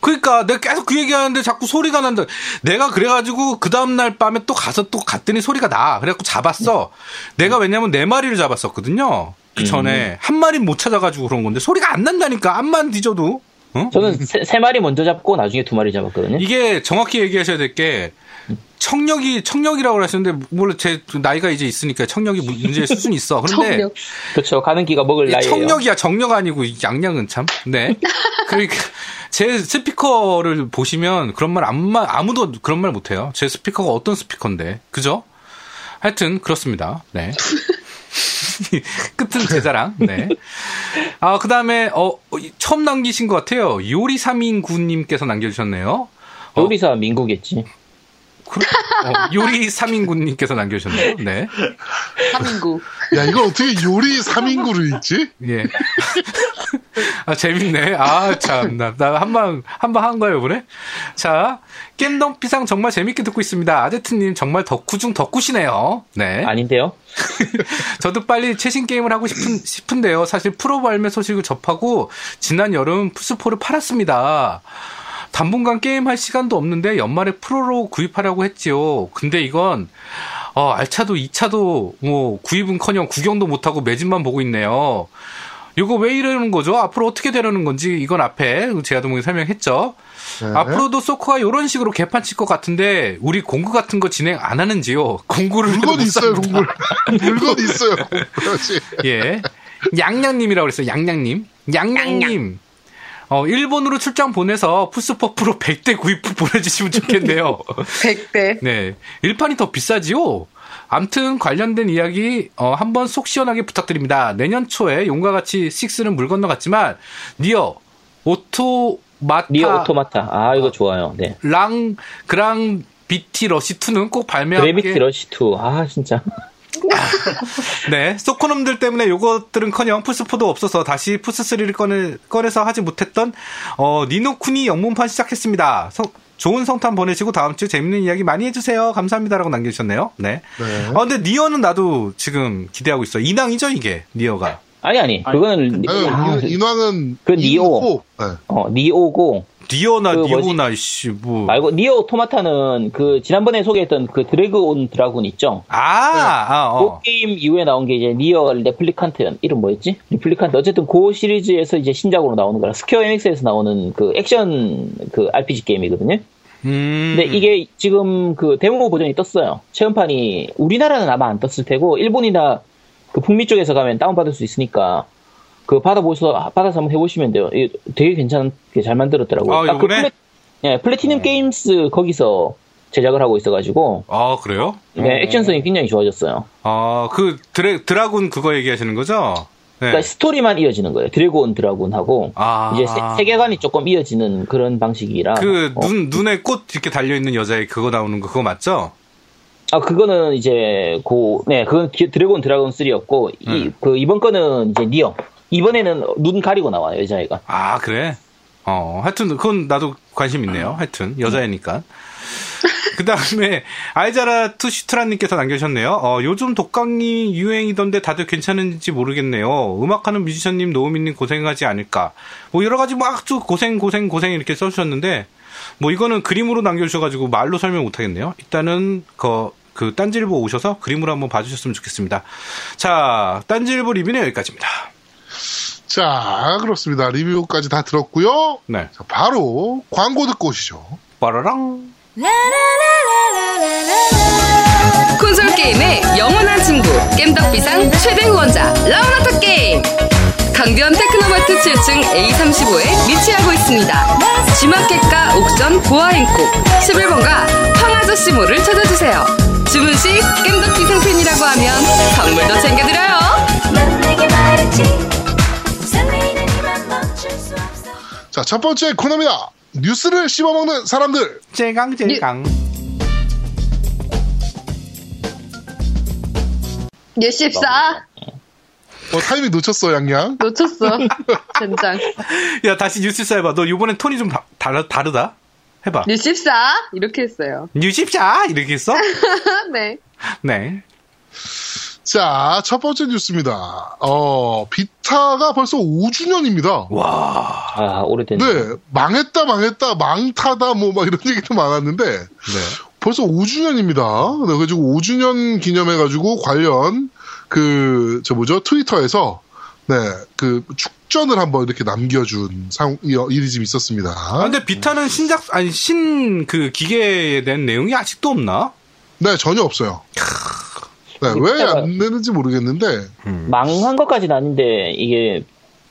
C: 그러니까 내가 계속 그 얘기하는데 자꾸 소리가 난다. 내가 그래가지고 그 다음날 밤에 또 가서 또 갔더니 소리가 나. 그래갖고 잡았어. 내가 왜냐면 네 마리를 잡았었거든요. 그 전에 한 마리 못 찾아가지고 그런 건데 소리가 안 난다니까 암만 뒤져도. 어?
D: 저는 세, 세 마리 먼저 잡고 나중에 두 마리 잡았거든요.
C: 이게 정확히 얘기하셔야 될 게 청력이 청력이라고 하셨는데 물론 제 나이가 이제 있으니까 청력이 문- 문제일 수는 있어. 그런데
E: 청력.
D: 그렇죠. 가는 기가 먹을 나이에요.
C: 청력이야 정력 아니고 이 양양은 참. 네. 그러니까 제 스피커를 보시면 그런 말 아무 말 아무도 그런 말 못해요. 제 스피커가 어떤 스피커인데 그죠? 하여튼 그렇습니다. 네. 끝은 제 자랑. 네. 아 그다음에 어 이- 처음 남기신 것 같아요. 요리 3인 군님께서 남겨주셨네요. 어.
D: 요리사 민구겠지.
C: 그럼- 어, 요리 3인군님께서 남겨주셨네요. 네.
E: 3인구.
B: 야, 이걸 어떻게 요리 3인구를 있지?
C: 예. 아, 재밌네. 아, 참. 나, 나 한 방, 한 방 한 거야, 요번에? 자, 겜덤피상 정말 재밌게 듣고 있습니다. 아제트님 정말 덕후 중 덕후시네요. 네.
D: 아닌데요?
C: 저도 빨리 최신 게임을 하고 싶은, 싶은데요. 사실 프로 발매 소식을 접하고 지난 여름 플스4를 팔았습니다. 당분간 게임할 시간도 없는데 연말에 프로로 구입하려고 했지요. 근데 이건 어, 알차도 2차도 뭐 구입은커녕 구경도 못하고 매진만 보고 있네요. 이거 왜 이러는 거죠? 앞으로 어떻게 되려는 건지 이건 앞에 제아도목이 설명했죠.
B: 네.
C: 앞으로도 소코가 이런 식으로 개판 칠 것 같은데 우리 공구 같은 거 진행 안 하는지요? 공구를 해도
B: 물건
C: 못
B: 있어요,
C: 삽니다.
B: 공물. 물건 있어요. 그렇지.
C: 예. 양양님이라고 그랬어요. 양양님. 양양님. 어, 일본으로 출장 보내서 푸스퍼 프로 100대 구입 후 보내주시면 좋겠네요.
E: 100대.
C: 네. 일판이 더 비싸지요? 암튼 관련된 이야기 어, 한번 속 시원하게 부탁드립니다. 내년 초에 용과 같이 6는 물 건너갔지만 니어 오토마타
D: 리어 오토마타. 아, 이거 좋아요. 네.
C: 랑 그랑 비티 러시 2는 꼭 발매하게
D: 그래비티 러시 2. 아, 진짜.
C: 네, 소코놈들 때문에 요것들은커녕 플스4도 없어서 다시 플스3를 꺼내, 꺼내서 하지 못했던 어, 니노쿠니 영문판 시작했습니다. 성- 좋은 성탄 보내시고 다음 주 재밌는 이야기 많이 해주세요. 감사합니다라고 남겨주셨네요. 네.
B: 네.
C: 어, 근데 니어는 나도 지금 기대하고 있어. 이낭이죠 이게 니어가.
D: 아니, 아니. 그거는, 리-
B: 아유,
D: 아,
B: 인- 인왕은.
D: 그 니오.
B: 인호. 네.
D: 어, 니오고,
C: 니어나
D: 그 뭐지?
C: 니오나 씨 뭐.
D: 말고, 니어 오토마타는 그, 지난번에 소개했던 그 드래그 온 드라군 있죠?
C: 아, 아, 어.
D: 그 게임 이후에 나온 게 이제 니어 레플리칸트 이름 뭐였지? 레플리칸트 어쨌든 그 시리즈에서 이제 신작으로 나오는 거라 스퀘어 에닉스에서 나오는 그 액션 그 RPG 게임이거든요.
C: 음.
D: 근데 이게 지금 그 데모 버전이 떴어요. 체험판이 우리나라는 아마 안 떴을 테고 일본이나 그 북미 쪽에서 가면 다운 받을 수 있으니까 그 받아보셔서 받아서 한번 해보시면 돼요. 이게 되게 괜찮게 잘 만들었더라고요.
C: 아,
D: 딱그
C: 요번에? 네.
D: 플래- 예, 플래티넘 게임스 거기서 제작을 하고 있어가지고
C: 아, 그래요?
D: 네, 액션성이 굉장히 좋아졌어요.
C: 아, 그 드래, 드라군 그거 얘기하시는 거죠? 네.
D: 그러니까 스토리만 이어지는 거예요. 드래곤 드라곤하고
C: 아.
D: 이제 세, 계관이 조금 이어지는 그런 방식이라.
C: 그
D: 어.
C: 눈, 눈에 꽃 이렇게 달려있는 여자의 그거 나오는 거 그거 맞죠?
D: 아 그거는 이제 고 네, 그건 기- 드래곤 드라곤 3였고 이,
C: 음.
D: 그 이번 거는 이제 니어. 이번에는 눈 가리고 나와요 여자애가.
C: 아, 그래? 어, 하여튼, 그건 나도 관심 있네요. 하여튼, 여자애니까. 그 다음에, 알자라 투시트라님께서 남겨주셨네요. 어, 요즘 독감이 유행이던데 다들 괜찮은지 모르겠네요. 음악하는 뮤지션님, 노우미님 고생하지 않을까. 뭐, 여러가지 막 쭉 고생, 고생, 고생 이렇게 써주셨는데, 뭐, 이거는 그림으로 남겨주셔가지고 말로 설명 못하겠네요. 일단은, 그, 그, 딴지일보 오셔서 그림으로 한번 봐주셨으면 좋겠습니다. 자, 딴지일보 리뷰는 여기까지입니다.
B: 자, 그렇습니다. 리뷰까지 다 들었고요.
C: 네.
B: 자, 바로 광고 듣고 오시죠.
C: 빠라랑.
E: 콘솔 게임의 영원한 친구 겜덕비상 최대 후원자 라운하터 게임 강변 테크노마트 7층 A35에 위치하고 있습니다 G마켓과 옥션 고아행콕 11번가 황아저씨몰을 찾아주세요 주문 시 겜덕비상 팬이라고 하면 선물도 챙겨드려요
G: 넌 내게 말했지 설레이는 이만 멈출 수 없어
B: 자, 첫 번째 코너입니다. 뉴스를 씹어먹는 사람들.
C: 째강, 째강.
E: 예14
B: 어, 타이밍 놓쳤어, 양양.
E: 놓쳤어 젠장
C: 야 다시 뉴스사 해봐. 너 이번엔 톤이 좀 다, 다르, 다르다. 해봐.
E: 예14 이렇게 했어요
C: 뉴십사 이렇게 했어?
E: 네
C: 네.
B: 자, 첫 번째 뉴스입니다. 어, 비타가 벌써 5주년입니다.
D: 아, 오래된.
B: 네, 망했다, 망했다, 망타다, 뭐, 막 이런 얘기도 많았는데,
C: 네.
B: 벌써 5주년입니다. 네, 그래가지고 5주년 기념해가지고 관련 그, 저 뭐죠, 트위터에서, 네, 그 축전을 한번 이렇게 남겨준 상, 이- 일이 좀 있었습니다.
C: 아, 근데 비타는 신작, 아니, 신 그 기계에 대한 내용이 아직도 없나?
B: 네, 전혀 없어요. 네, 왜 안 내는지 모르겠는데,
D: 망한 것까지는 아닌데 이게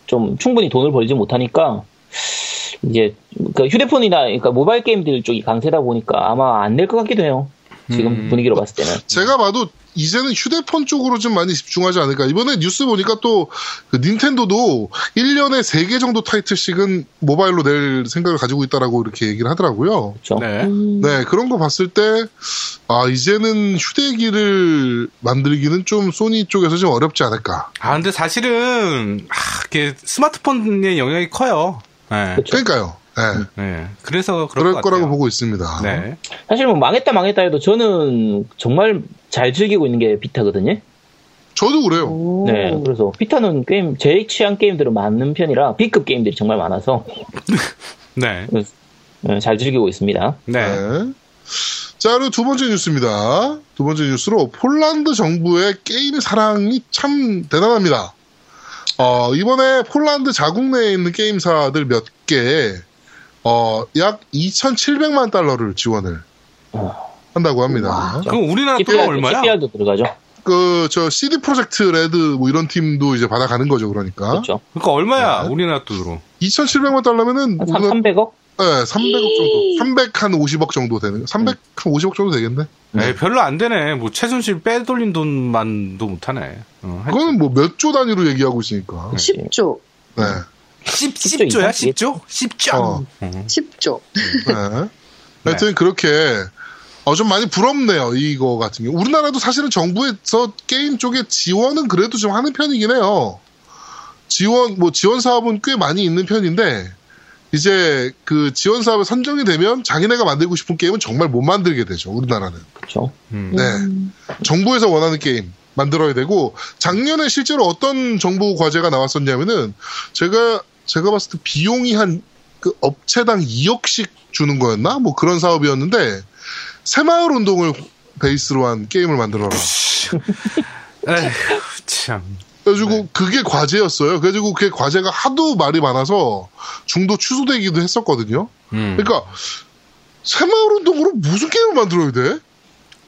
D: 좀 충분히 돈을 벌지 못하니까 이제 그 휴대폰이나 그러니까 모바일 게임들 쪽이 강세다 보니까 아마 안 낼 것 같기도 해요. 지금
C: 음.
D: 분위기로 봤을 때는.
B: 제가 봐도 이제는 휴대폰 쪽으로 좀 많이 집중하지 않을까. 이번에 뉴스 보니까 또그 닌텐도도 1년에 3개 정도 타이틀씩은 모바일로 낼 생각을 가지고 있다라고 이렇게 얘기를 하더라고요.
D: 그렇죠.
C: 네.
B: 네, 그런 거 봤을 때, 아, 이제는 휴대기를 만들기는 좀 소니 쪽에서 좀 어렵지 않을까.
C: 아, 근데 사실은, 아, 이게 스마트폰의 영향이 커요. 네.
B: 그러니까요. 네,
C: 네. 그래서 그럴,
B: 그럴
C: 것
B: 거라고
C: 같아요.
B: 보고 있습니다.
C: 네.
D: 사실 뭐 망했다 망했다 해도 저는 정말 잘 즐기고 있는 게 비타거든요.
B: 저도 그래요.
D: 네. 그래서 비타는 게임 제 취향 게임들은 많은 편이라 B급 게임들이 정말 많아서
C: 네.
D: 네, 잘 즐기고 있습니다.
C: 네.
B: 네. 자, 그리고 두 번째 뉴스입니다. 두 번째 뉴스로 폴란드 정부의 게임 사랑이 참 대단합니다. 어, 이번에 폴란드 자국 내에 있는 게임사들 몇 개, 어, 약 2,700만 달러를 지원을 한다고 합니다.
C: 그럼 우리나라 돈
D: CPR,
C: 얼마야?
D: CPR도 들어가죠.
B: 그, 저, CD 프로젝트 레드 뭐 이런 팀도 이제 받아가는 거죠, 그러니까.
D: 그렇죠.
C: 그러니까 얼마야?
B: 네.
C: 우리나라 돈으로.
B: 2,700만 달러면은,
D: 한
B: 우리나라-
D: 300억?
B: 네, 300억 정도, 300 한 50억 정도 되는, 300 한 50억 정도 되겠네.
C: 에이, 별로 안 되네. 뭐 최순실 빼돌린 돈만도 못하네. 어, 한
B: 그거는 뭐 몇 조 단위로 얘기하고 있으니까.
E: 네.
B: 네.
E: 10조,
C: 10,
D: 10조
C: 10조야?
D: 이상?
C: 10조? 10조?
B: 어.
E: 10조.
B: 네. 하여튼 그렇게 어, 좀 많이 부럽네요. 이거 같은 경우. 우리나라도 사실은 정부에서 게임 쪽에 지원은 그래도 좀 하는 편이긴 해요. 지원, 뭐 지원 사업은 꽤 많이 있는 편인데 이제 그 지원 사업에 선정이 되면 자기네가 만들고 싶은 게임은 정말 못 만들게 되죠. 우리나라는.
D: 그렇죠.
B: 네. 정부에서 원하는 게임 만들어야 되고 작년에 실제로 어떤 정부 과제가 나왔었냐면은 제가 제가 봤을 때 비용이 한 그 업체당 2억씩 주는 거였나? 뭐 그런 사업이었는데 새마을 운동을 베이스로 한 게임을 만들어라.
C: 에휴, 참.
B: 그래가지고 그게 과제였어요. 그래가지고 그게 과제가 하도 말이 많아서 중도 취소되기도 했었거든요.
C: 음.
B: 그러니까 새마을 운동으로 무슨 게임을 만들어야 돼?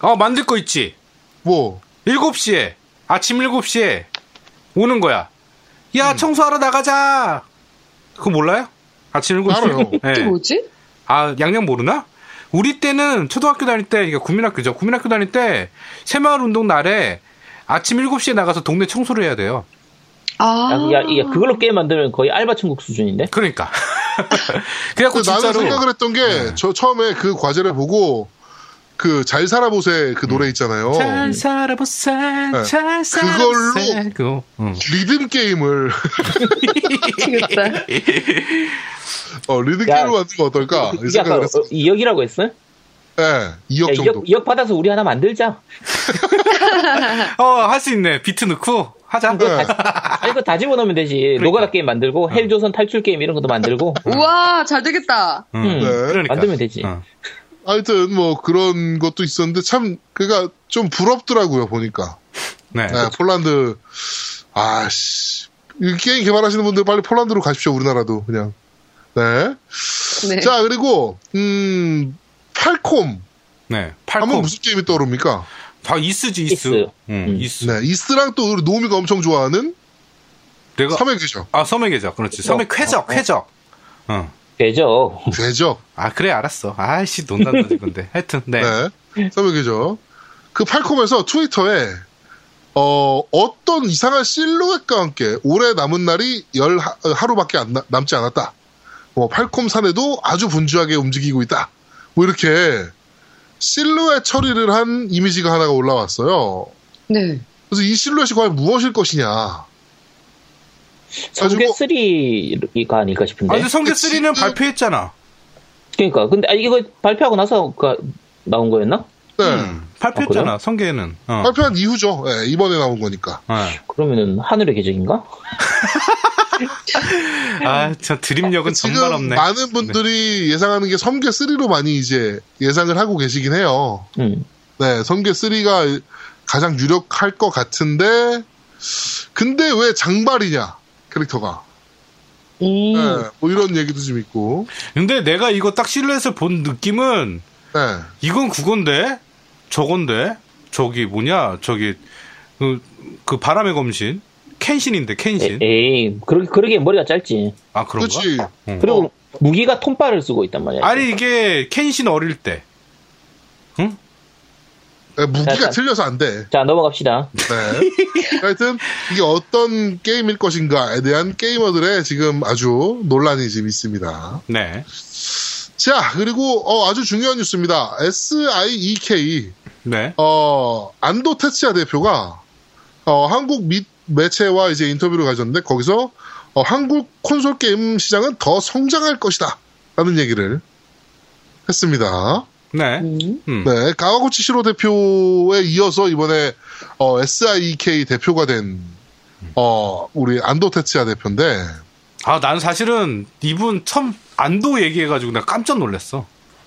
C: 어, 만들 거 있지.
B: 뭐
C: 7시에. 아침 7시에. 오는 거야.
B: 음.
C: 야, 청소하러 나가자. 그거 몰라요? 아침 7시.
B: 알아요.
C: 네.
E: 이게 뭐지?
C: 아, 양양 모르나? 우리 때는 초등학교 다닐 때, 그러니까 국민학교죠. 국민학교 다닐 때, 새마을 운동 날에 아침 7시에 나가서 동네 청소를 해야 돼요.
E: 아,
D: 야, 야, 야, 그걸로 게임 만들면 거의 알바 천국 수준인데.
C: 그러니까. 그래갖고
B: 근데 나는
C: 진짜로. 네.
B: 생각을 했던 게 저 처음에 그 과제를 보고 그 잘 살아보세 그
C: 음.
B: 노래 있잖아요.
C: 잘 살아보세, 잘 살아보세.
B: 네. 그걸로-
C: 그거. 응.
B: 리듬 게임을
E: 미치겠다.
B: 어, 리듬
D: 야,
B: 게임을 만들면 어떨까 이
D: 이게 아까
B: 생각을
D: 어,
B: 했어.
D: 2억이라고 했어요?
B: 예, 2억
D: 야,
B: 정도.
D: 2억, 2억 받아서 우리 하나 만들자.
C: 어, 할 수 있네. 비트 넣고 하자.
B: 네.
D: 아니, 그거 다 집어넣으면 되지. 노가다 게임 만들고, 헬조선 탈출 게임 이런 것도 만들고,
E: 우와, 잘 되겠다.
C: 응.
D: 음,
C: 그러니까.
D: 만들면 되지.
C: 어.
B: 하여튼 뭐 그런 것도 있었는데 참 그러니까 좀 부럽더라고요 보니까.
C: 네.
B: 예, 폴란드 아씨 이 게임 개발하시는 분들 빨리 폴란드로 가십시오 우리나라도 그냥. 네.
E: 네.
B: 자 그리고 음 팔콤.
C: 네.
B: 하면
C: 팔콤.
B: 무슨 게임이 떠오릅니까?
C: 다 아, 이스지, 이스.
D: 이스.
C: 응,
D: 음.
C: 이스.
B: 네, 이스랑 또 우리 노미가 엄청 좋아하는
C: 내가.
B: 섬의 귀적.
C: 아, 섬의 계적. 그렇지. 섬의 쾌적, 쾌적. 응.
D: 되죠.
B: 괴적.
C: 아, 그래, 알았어. 아이씨, 논란다, 근데. 하여튼, 네.
B: 네. 섬의 귀적. 그 팔콤에서 트위터에 어, 어떤 이상한 실루엣과 함께 올해 남은 날이 열 하- 하루밖에 안 나- 남지 않았다. 뭐 팔콤 산에도 아주 분주하게 움직이고 있다. 뭐 이렇게 실루엣 처리를 한 이미지가 하나가 올라왔어요.
E: 네.
B: 그래서 이 실루엣이 과연 무엇일 것이냐.
D: 성계 3가 아닐까 싶은데.
C: 아, 근데 성계
B: 그치.
C: 3는 발표했잖아.
D: 그러니까. 근데, 아, 이거 발표하고 나서 그, 나온 거였나?
B: 네.
C: 음. 발표했잖아, 성계는. 어.
B: 발표한 이후죠. 예, 이번에 나온 거니까.
C: 예.
D: 그러면은 하늘의 계적인가?
C: 아, 저 드림력은 정말
B: 지금
C: 없네. 네.
B: 많은 분들이 예상하는 게 섬계 3로 많이 이제 예상을 하고 계시긴 해요.
D: 음.
B: 네, 섬계 3가 가장 유력할 것 같은데, 근데 왜 장발이냐, 캐릭터가.
D: 음.
B: 네, 뭐 이런 얘기도 좀 있고.
C: 근데 내가 이거 딱 실루엣을 본 느낌은
B: 네.
C: 이건 그건데 저건데 저기 뭐냐 저기 그, 그 바람의 검신 켄신인데 켄신
D: 에이, 그러, 그러기엔 머리가 짧지.
C: 아 그런가?
B: 그렇지.
D: 예, 그리고
B: 어.
D: 무기가 톰바를 쓰고 있단 말이야.
C: 아니 이게 켄신 어릴 때 응?
B: 네, 무기가
D: 약간-
B: 틀려서 안 돼.
D: 자, 넘어갑시다.
B: 네. 하여튼, 이게 어떤 게임일 것인가에 대한 게이머들의 지금 아주 논란이 지금 있습니다.
C: 네.
B: 자, 그리고, 어, 아주 중요한 뉴스입니다. E SIEK,
C: 네.
B: 어, 안도 테츠야 대표가 어, 한국 미- 매체와 이제 인터뷰를 가졌는데 거기서 어, 한국 콘솔 게임 시장은 더 성장할 것이다. 라는 얘기를 했습니다.
C: 네. 음.
B: 네, 가와구치 시로 대표에 이어서 이번에 어, SIEK 대표가 된 어, 우리 안도 테츠야 대표인데
C: 아, 난 사실은 이분 처음 안도 얘기해가지고 나 깜짝 놀랐어.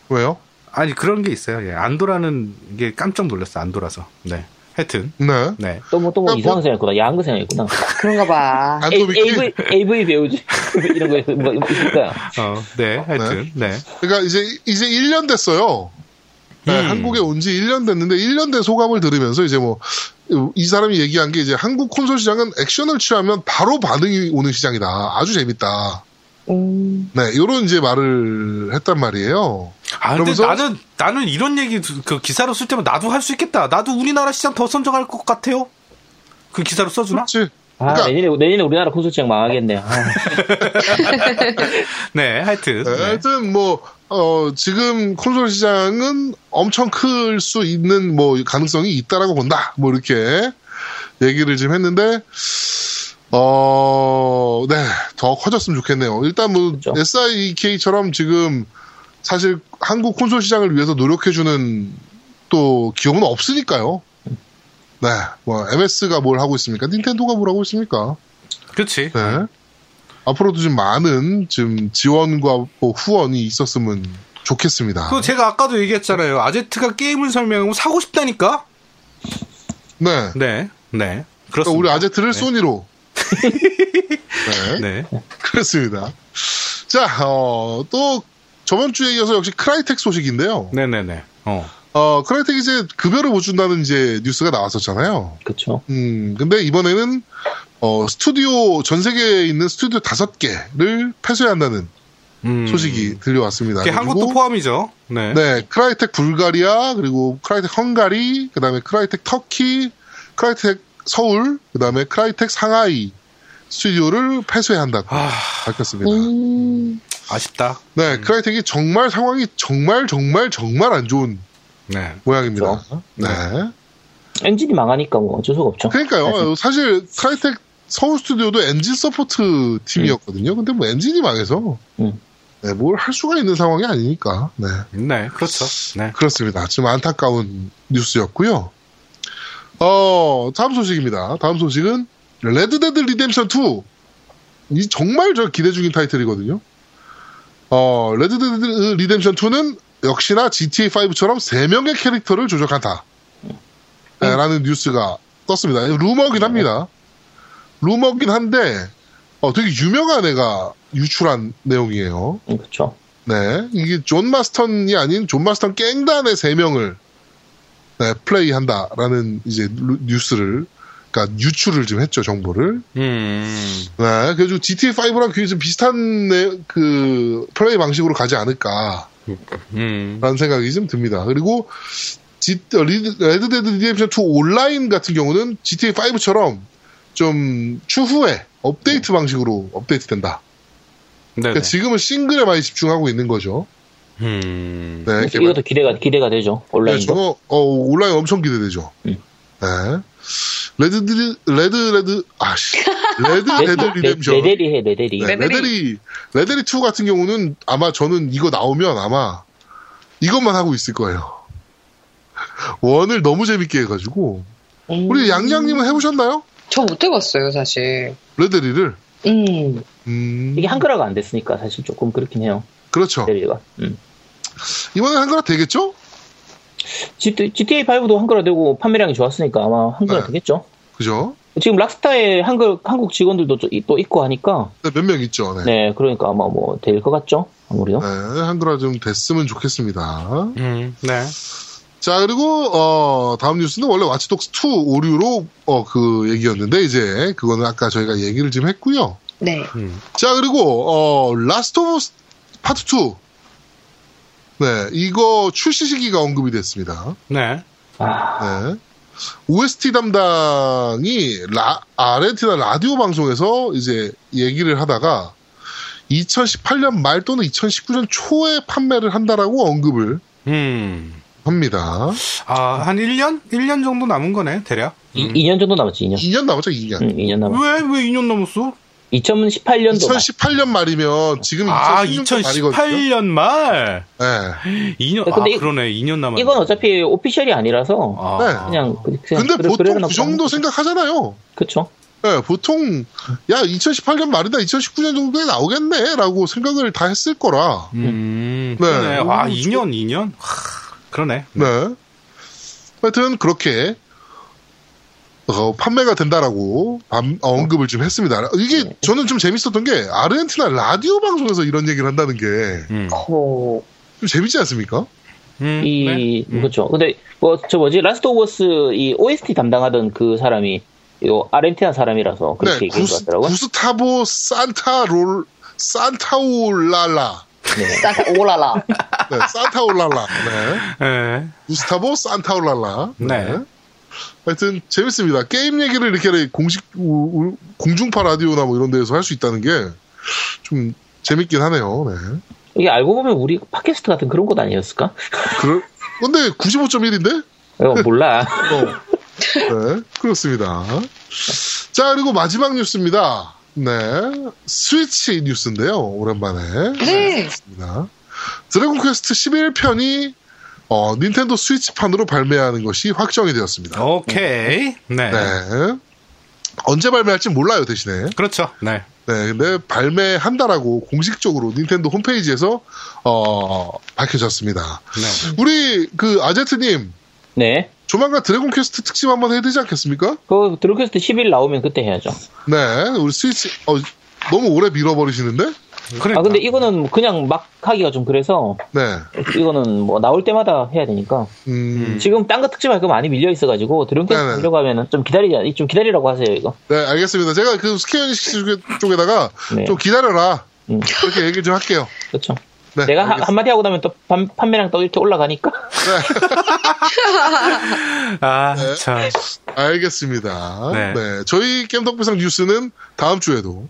B: 왜요?
C: 아니, 그런 게 있어요. 예. 안도라는 게 깜짝 놀랐어. 안도라서. 네. 하여튼.
B: 네.
C: 네.
D: 또 뭐, 또 뭐
B: 아, 뭐-
D: 이상한 생각했구나. 야한 거 생각했구나.
E: 그런가 봐.
D: A,
B: 안도
D: AV,
B: 미키
D: AV 배우지. 이런 거, 뭐, 있을 거야.
C: 어, 네. 하여튼. 네.
B: 그러니까 이제 이제 1년 됐어요. 네,
C: 음.
B: 한국에 온 지 1년 됐는데 1년 된 소감을 들으면서 이제 뭐 이 사람이 얘기한 게 이제 한국 콘솔 시장은 액션을 취하면 바로 반응이 오는 시장이다. 아주 재밌다.
E: 음,
B: 네, 요런 이제 말을 했단 말이에요.
C: 아, 근데
B: 그러면서-
C: 나는, 나는 이런 얘기, 그 기사로 쓸 때면 나도 할 수 있겠다. 나도 우리나라 시장 더 선정할 것 같아요. 그 기사로 써주나?
B: 그렇지.
D: 아,
B: 그러니까-
D: 내년에, 내년에 우리나라 콘솔 시장 망하겠네. 아,
C: 네. 하여튼.
B: 네,
C: 네.
B: 하여튼 뭐 어, 지금 콘솔 시장은 엄청 클 수 있는 뭐 가능성이 있다라고 본다. 뭐 이렇게 얘기를 지금 했는데 어, 네, 더 커졌으면 좋겠네요. 일단 뭐
D: 그렇죠.
B: SIEK처럼 지금 사실 한국 콘솔 시장을 위해서 노력해주는 또 기업은 없으니까요. 네, 뭐 MS가 뭘 하고 있습니까? 닌텐도가 뭘 하고 있습니까?
C: 그렇지.
B: 네. 앞으로도 좀 많은 좀 지원과 뭐 후원이 있었으면 좋겠습니다.
C: 그 제가 아까도 얘기했잖아요. 아제트가 게임을 설명하고 사고 싶다니까?
B: 네.
C: 네. 네.
B: 그러니까
C: 그렇습니다.
B: 우리 아제트를 소니로. 네.
C: 네.
B: 그렇습니다. 자, 어, 또 저번 주에 이어서 역시 크라이텍 소식인데요.
C: 네네네. 어.
B: 어, 크라이텍 이제 급여를 못 준다는 이제 뉴스가 나왔었잖아요.
D: 그쵸.
B: 음, 근데 이번에는 어, 스튜디오 전 세계에 있는 스튜디오 다섯 개를 폐쇄한다는
C: 음.
B: 소식이 들려왔습니다.
C: 그게 한국도
B: 그리고
C: 포함이죠. 네.
B: 네, 크라이텍 불가리아, 그리고 크라이텍 헝가리, 그 다음에 크라이텍 터키, 크라이텍 서울, 그 다음에 크라이텍 상하이 스튜디오를 폐쇄한다고
C: 아.
B: 밝혔습니다.
E: 음,
C: 아쉽다.
B: 네, 크라이텍이 정말 상황이 정말 정말 정말 안 좋은
C: 네.
B: 모양입니다. 네.
D: 엔진이 망하니까 뭐 어쩔 수가 없죠. 아,
B: 그러니까요. 사실 크라이텍 서울 스튜디오도 엔진 서포트 팀이었거든요. 근데 뭐 엔진이 망해서
D: 음.
B: 네, 뭘 할 수가 있는 상황이 아니니까. 네.
C: 네, 그렇죠. 네.
B: 그렇습니다. 좀 안타까운 뉴스였고요. 어, 다음 소식입니다. 다음 소식은 레드데드 리뎀션 2. 이 정말 저 기대 중인 타이틀이거든요. 어, 레드데드 리뎀션 2는 역시나 GTA 5처럼 3명의 캐릭터를 조작한다. 네, 라는 뉴스가 떴습니다. 루머긴 합니다. 루머긴 한데 어, 되게 유명한 애가 유출한 내용이에요.
D: 음, 그쵸.
B: 네, 이게 존 마스턴이 아닌 존 마스턴 갱단의 세 명을 네, 플레이한다라는 이제 루- 뉴스를 그러니까 유출을 좀 했죠 정보를.
C: 음.
B: 네, 그래서 GTA 5랑 굉장히 좀 비슷한 내- 그 플레이 방식으로 가지 않을까라는
C: 음.
B: 생각이 좀 듭니다. 그리고 지- 어, 리드- 레드데드 리뎀션 2 온라인 같은 경우는 GTA 5처럼 좀 추후에 업데이트 방식으로 업데이트된다.
C: 네.
B: 그러니까 지금은 싱글에 많이 집중하고 있는 거죠.
C: 음.
B: 네, 개발-
D: 이것도 기대가, 기대가 되죠.
B: 네,
D: 온라인도.
B: 저거 어, 온라인 엄청 기대되죠. 네. 레드 드리, 레드 레드 아씨 레드 레드 리뎀션
D: 네, 레, 리 해, 레데리.
B: 네, 레데리 레데리 2 같은 경우는 아마 저는 이거 나오면 아마 이것만 하고 있을 거예요. 원을 너무 재밌게 해가지고 우리 양양님은 해보셨나요?
E: 저 못 해봤어요, 사실.
B: 레데리를
E: 음.
B: 음,
D: 이게 한글화가 안 됐으니까 사실 조금 그렇긴 해요.
B: 그렇죠.
D: 대리가. 음.
B: 이번에 한글화 되겠죠?
D: GTA 5도 한글화되고 판매량이 좋았으니까 아마 한글화
B: 네.
D: 되겠죠.
B: 그죠?
D: 지금 락스타의 한글 한국 직원들도 또- 또 있고 하니까
B: 몇 명 있죠. 네.
D: 네 그러니까 아마 뭐 될 것 같죠 아무래도.
B: 네, 한글화 좀 됐으면 좋겠습니다.
C: 음, 네.
B: 자, 그리고, 어, 다음 뉴스는 원래 와치독스2 오류로, 어, 그 얘기였는데, 이제, 그거는 아까 저희가 얘기를 좀 했고요.
E: 네.
B: 자, 그리고, 어, 라스트 오브 스- 파트 2. 네, 이거 출시 시기가 언급이 됐습니다.
C: 네.
B: 네. OST 담당이 라- 아르헨티나 라디오 방송에서 이제 얘기를 하다가 2018년 말 또는 2019년 초에 판매를 한다라고 언급을
C: 음.
B: 합니다.
C: 아, 한 1년? 1년 정도 남은 거네, 대략.
D: 이 2년 정도 남았지 2년.
B: 2년 남았죠, 2년.
D: 음, 2년 남았.
C: 왜, 왜 2년 넘었어?
D: 2018년도
B: 2018년 말이면 지금
C: 아,
B: 2016년 말이거든요.
C: 2018년 말?
B: 네.
C: 2년, 아,
D: 어, 근데 이-
C: 그러네. 2년 남았네.
D: 이건 어차피 오피셜이 아니라서
C: 아,
B: 네.
D: 그냥 그냥
B: 근데
D: 그래-
B: 보통
D: 그래놓고
B: 그 정도 생각하잖아요.
D: 그쵸.
B: 네, 보통 야 2018년 말이다 2019년 정도에 나오겠네라고 생각을 다 했을 거라.
C: 음.
B: 네.
C: 그러네. 와,
B: 오,
C: 2년, 2년? 하, 그러네.
B: 네. 하여튼 그렇게 어, 판매가 된다라고 밤- 어, 언급을 좀 했습니다.
D: 네.
B: 이게 저는 좀 재밌었던 게 아르헨티나 라디오 방송에서 이런 얘기를 한다는 게 좀
C: 음.
E: 오.
B: 재밌지 않습니까?
C: 음,
D: 이
C: 네. 음.
D: 그렇죠. 근데 뭐 저 뭐지 라스트 오브 어스 이 OST 담당하던 그 사람이 요 아르헨티나 사람이라서 그렇게 얘기한 것
B: 네, 구스,
D: 같더라고. 요
B: 타보 산타롤 산타올랄라
E: 딱 오라라.
B: 네, 산타올랄라 네.
C: 네.
B: 구스타보 산타올랄라
C: 네.
B: 하여튼 재밌습니다. 게임 얘기를 이렇게 공식 우- 우- 공중파 라디오나 뭐 이런 데에서 할 수 있다는 게 좀 재밌긴 하네요. 네.
D: 이게 알고 보면 우리 팟캐스트 같은 그런 곳 아니었을까?
B: 그럴, 근데 95.1인데?
D: 이거 몰라.
B: 네, 그렇습니다. 자, 그리고 마지막 뉴스입니다. 네. 스위치 뉴스인데요. 오랜만에.
E: 네.
B: 있습니다. 드래곤 퀘스트 11편이 어, 닌텐도 스위치판으로 발매하는 것이 확정이 되었습니다.
C: 오케이. 네.
B: 네. 언제 발매할지 몰라요, 대신에.
C: 그렇죠. 네.
B: 네, 근데 발매한다라고 공식적으로 닌텐도 홈페이지에서 어, 밝혀졌습니다.
C: 네.
B: 우리 그 아제트님
D: 네.
B: 조만간 드래곤 퀘스트 특집 한번 해야 되지 않겠습니까?
D: 그 드로퀘스트 10일 나오면 그때 해야죠.
B: 네, 우리 스위치, 어, 너무 오래 밀어버리시는데?
C: 그러니까.
D: 아 근데 이거는 그냥 막 하기가 좀 그래서
B: 네.
D: 이거는 뭐 나올 때마다 해야 되니까
B: 음,
D: 지금 딴 거 특집할 거 많이 밀려 있어가지고 드론캐스트
B: 네네.
D: 밀려고 하면은 좀 기다리자 좀 기다리라고 하세요 이거
B: 네, 알겠습니다. 제가 그 스케일 쪽에다가
D: 네.
B: 좀 기다려라.
D: 음.
B: 그렇게 얘기를 좀 할게요.
D: 그렇죠
B: 네,
D: 내가 하-
B: 알겠습니다.
D: 한마디 하고 나면 또 판- 판매량 또 이렇게 올라가니까
C: 아,
B: 네.
C: 참.
B: 알겠습니다.
C: 네.
B: 네. 저희 겜덕비상 뉴스는 다음 주에도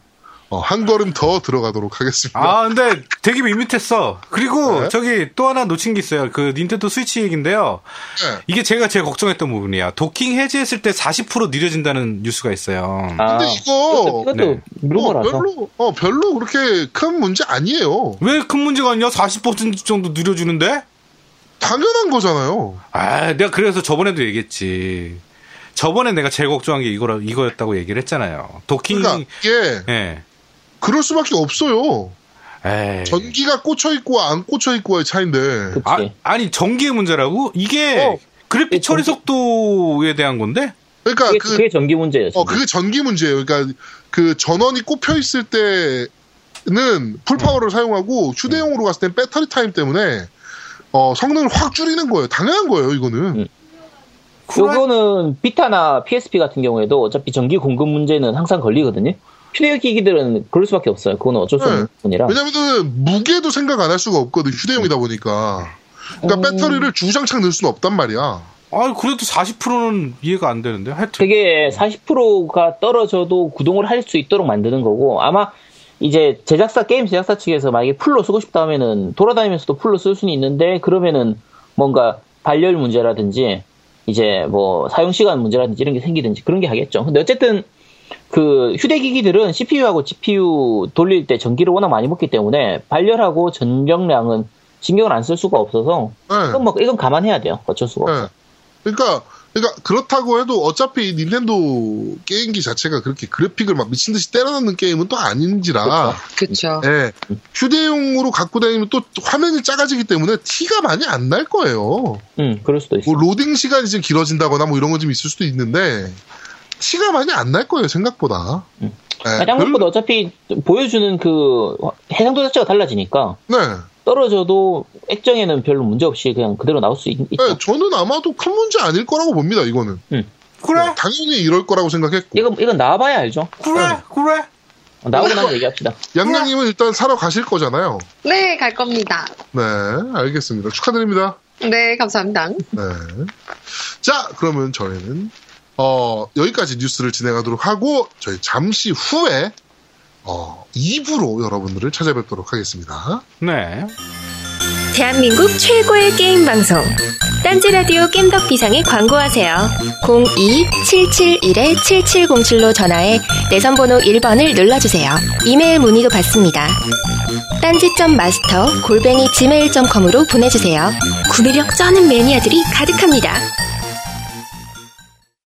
B: 어, 한 걸음 더 들어가도록 하겠습니다.
C: 아, 근데 되게 밋밋했어. 그리고
B: 네.
C: 저기 또 하나 놓친 게 있어요. 그 닌텐도 스위치 얘기인데요.
B: 네.
C: 이게 제가 제일 걱정했던 부분이야. 도킹 해제했을 때 40% 느려진다는 뉴스가 있어요.
D: 아,
B: 근데 이거
D: 이것도
C: 네.
B: 어,
D: 루머라서
B: 별로, 어, 별로 그렇게 큰 문제 아니에요.
C: 왜 큰 문제가 있냐? 40% 정도 느려주는데?
B: 당연한 거잖아요.
C: 아, 내가 그래서 저번에도 얘기했지. 저번에 내가 제일 걱정한 게 이거라, 이거였다고 얘기를 했잖아요. 도킹,
B: 그러니까 이게
C: 예.
B: 그럴 수밖에 없어요.
C: 에이.
B: 전기가 꽂혀 있고 안 꽂혀 있고의 차인데.
D: 그치
C: 아, 아니, 전기의 문제라고? 이게
D: 어.
C: 그래픽
D: 이게
C: 처리
D: 전기-
C: 속도에 대한 건데?
B: 그러니까
D: 그게,
B: 그
D: 그게 전기 문제예요
B: 어, 그게 전기 문제예요. 그러니까 그 전원이 꼽혀 있을 때는 풀파워를
C: 네.
B: 사용하고 휴대용으로 갔을 땐 배터리 타임 때문에 어, 성능을 확 줄이는 거예요. 당연한 거예요, 이거는.
D: 음.
B: 그
D: 요거는 비타나 PSP 같은 경우에도 어차피 전기 공급 문제는 항상 걸리거든요 휴대용 기기들은 그럴 수밖에 없어요 그건 어쩔 수
B: 네.
D: 없는 부분이라
B: 왜냐면은 무게도 생각 안 할 수가 없거든, 휴대용이다 보니까.
D: 음.
B: 그러니까 배터리를 주장창 넣을 수는 없단 말이야.
C: 아, 그래도 40%는 이해가 안 되는데? 하여튼.
D: 그게 40%가 떨어져도 구동을 할 수 있도록 만드는 거고 아마 이제 제작사 게임 제작사 측에서 만약에 풀로 쓰고 싶다 하면은 돌아다니면서도 풀로 쓸 수는 있는데 그러면은 뭔가 발열 문제라든지 이제 뭐 사용 시간 문제라든지 이런 게 생기든지 그런 게 하겠죠. 근데 어쨌든 그 휴대기기들은 CPU하고 GPU 돌릴 때 전기를 워낙 많이 먹기 때문에 발열하고 전력량은 신경을 안 쓸 수가 없어서
B: 네.
D: 이건 뭐 이건 감안해야 돼요. 어쩔 수가 없어.
B: 네. 그러니까 그러니까 그렇다고 해도 어차피 이 닌텐도 게임기 자체가 그렇게 그래픽을 막 미친 듯이 때려넣는 게임은 또
D: 그렇죠.
B: 아닌지라
E: 그쵸.
B: 예, 휴대용으로 갖고 다니면 또 화면이 작아지기 때문에 티가 많이 안 날 거예요.
D: 음, 그럴 수도 있어.
B: 뭐 로딩 시간이 좀 길어진다거나 뭐 이런 건 좀 있을 수도 있는데 티가 많이 안 날 거예요 생각보다.
D: 음.
B: 예,
D: 아, 생각보다
B: 별로-
D: 어차피 보여주는 그 해상도 자체가 달라지니까
B: 네.
D: 떨어져도 액정에는 별로 문제 없이 그냥 그대로 나올 수 있, 있다.
B: 네, 저는 아마도 큰 문제 아닐 거라고 봅니다, 이거는.
C: 그래,
B: 네, 당연히 이럴 거라고 생각했고.
D: 이건 이건 나와봐야 알죠. 네.
C: 그래, 그래.
D: 나오고 나서 얘기합시다.
B: 양양님은 일단 사러 가실 거잖아요.
E: 네, 갈 겁니다.
B: 네, 알겠습니다. 축하드립니다.
E: 네, 감사합니다.
B: 네. 자, 그러면 저희는, 어, 여기까지 뉴스를 진행하도록 하고, 저희 잠시 후에, 어, 2부로 여러분들을 찾아뵙도록 하겠습니다.
C: 네.
H: 대한민국 최고의 게임 방송 딴지라디오 겜덕 비상에 광고하세요 02-771-7707로 전화해 내선번호 1번을 눌러주세요 이메일 문의도 받습니다 딴지점 마스터 골뱅이 gmail.com으로 보내주세요 구매력 쩌는 매니아들이 가득합니다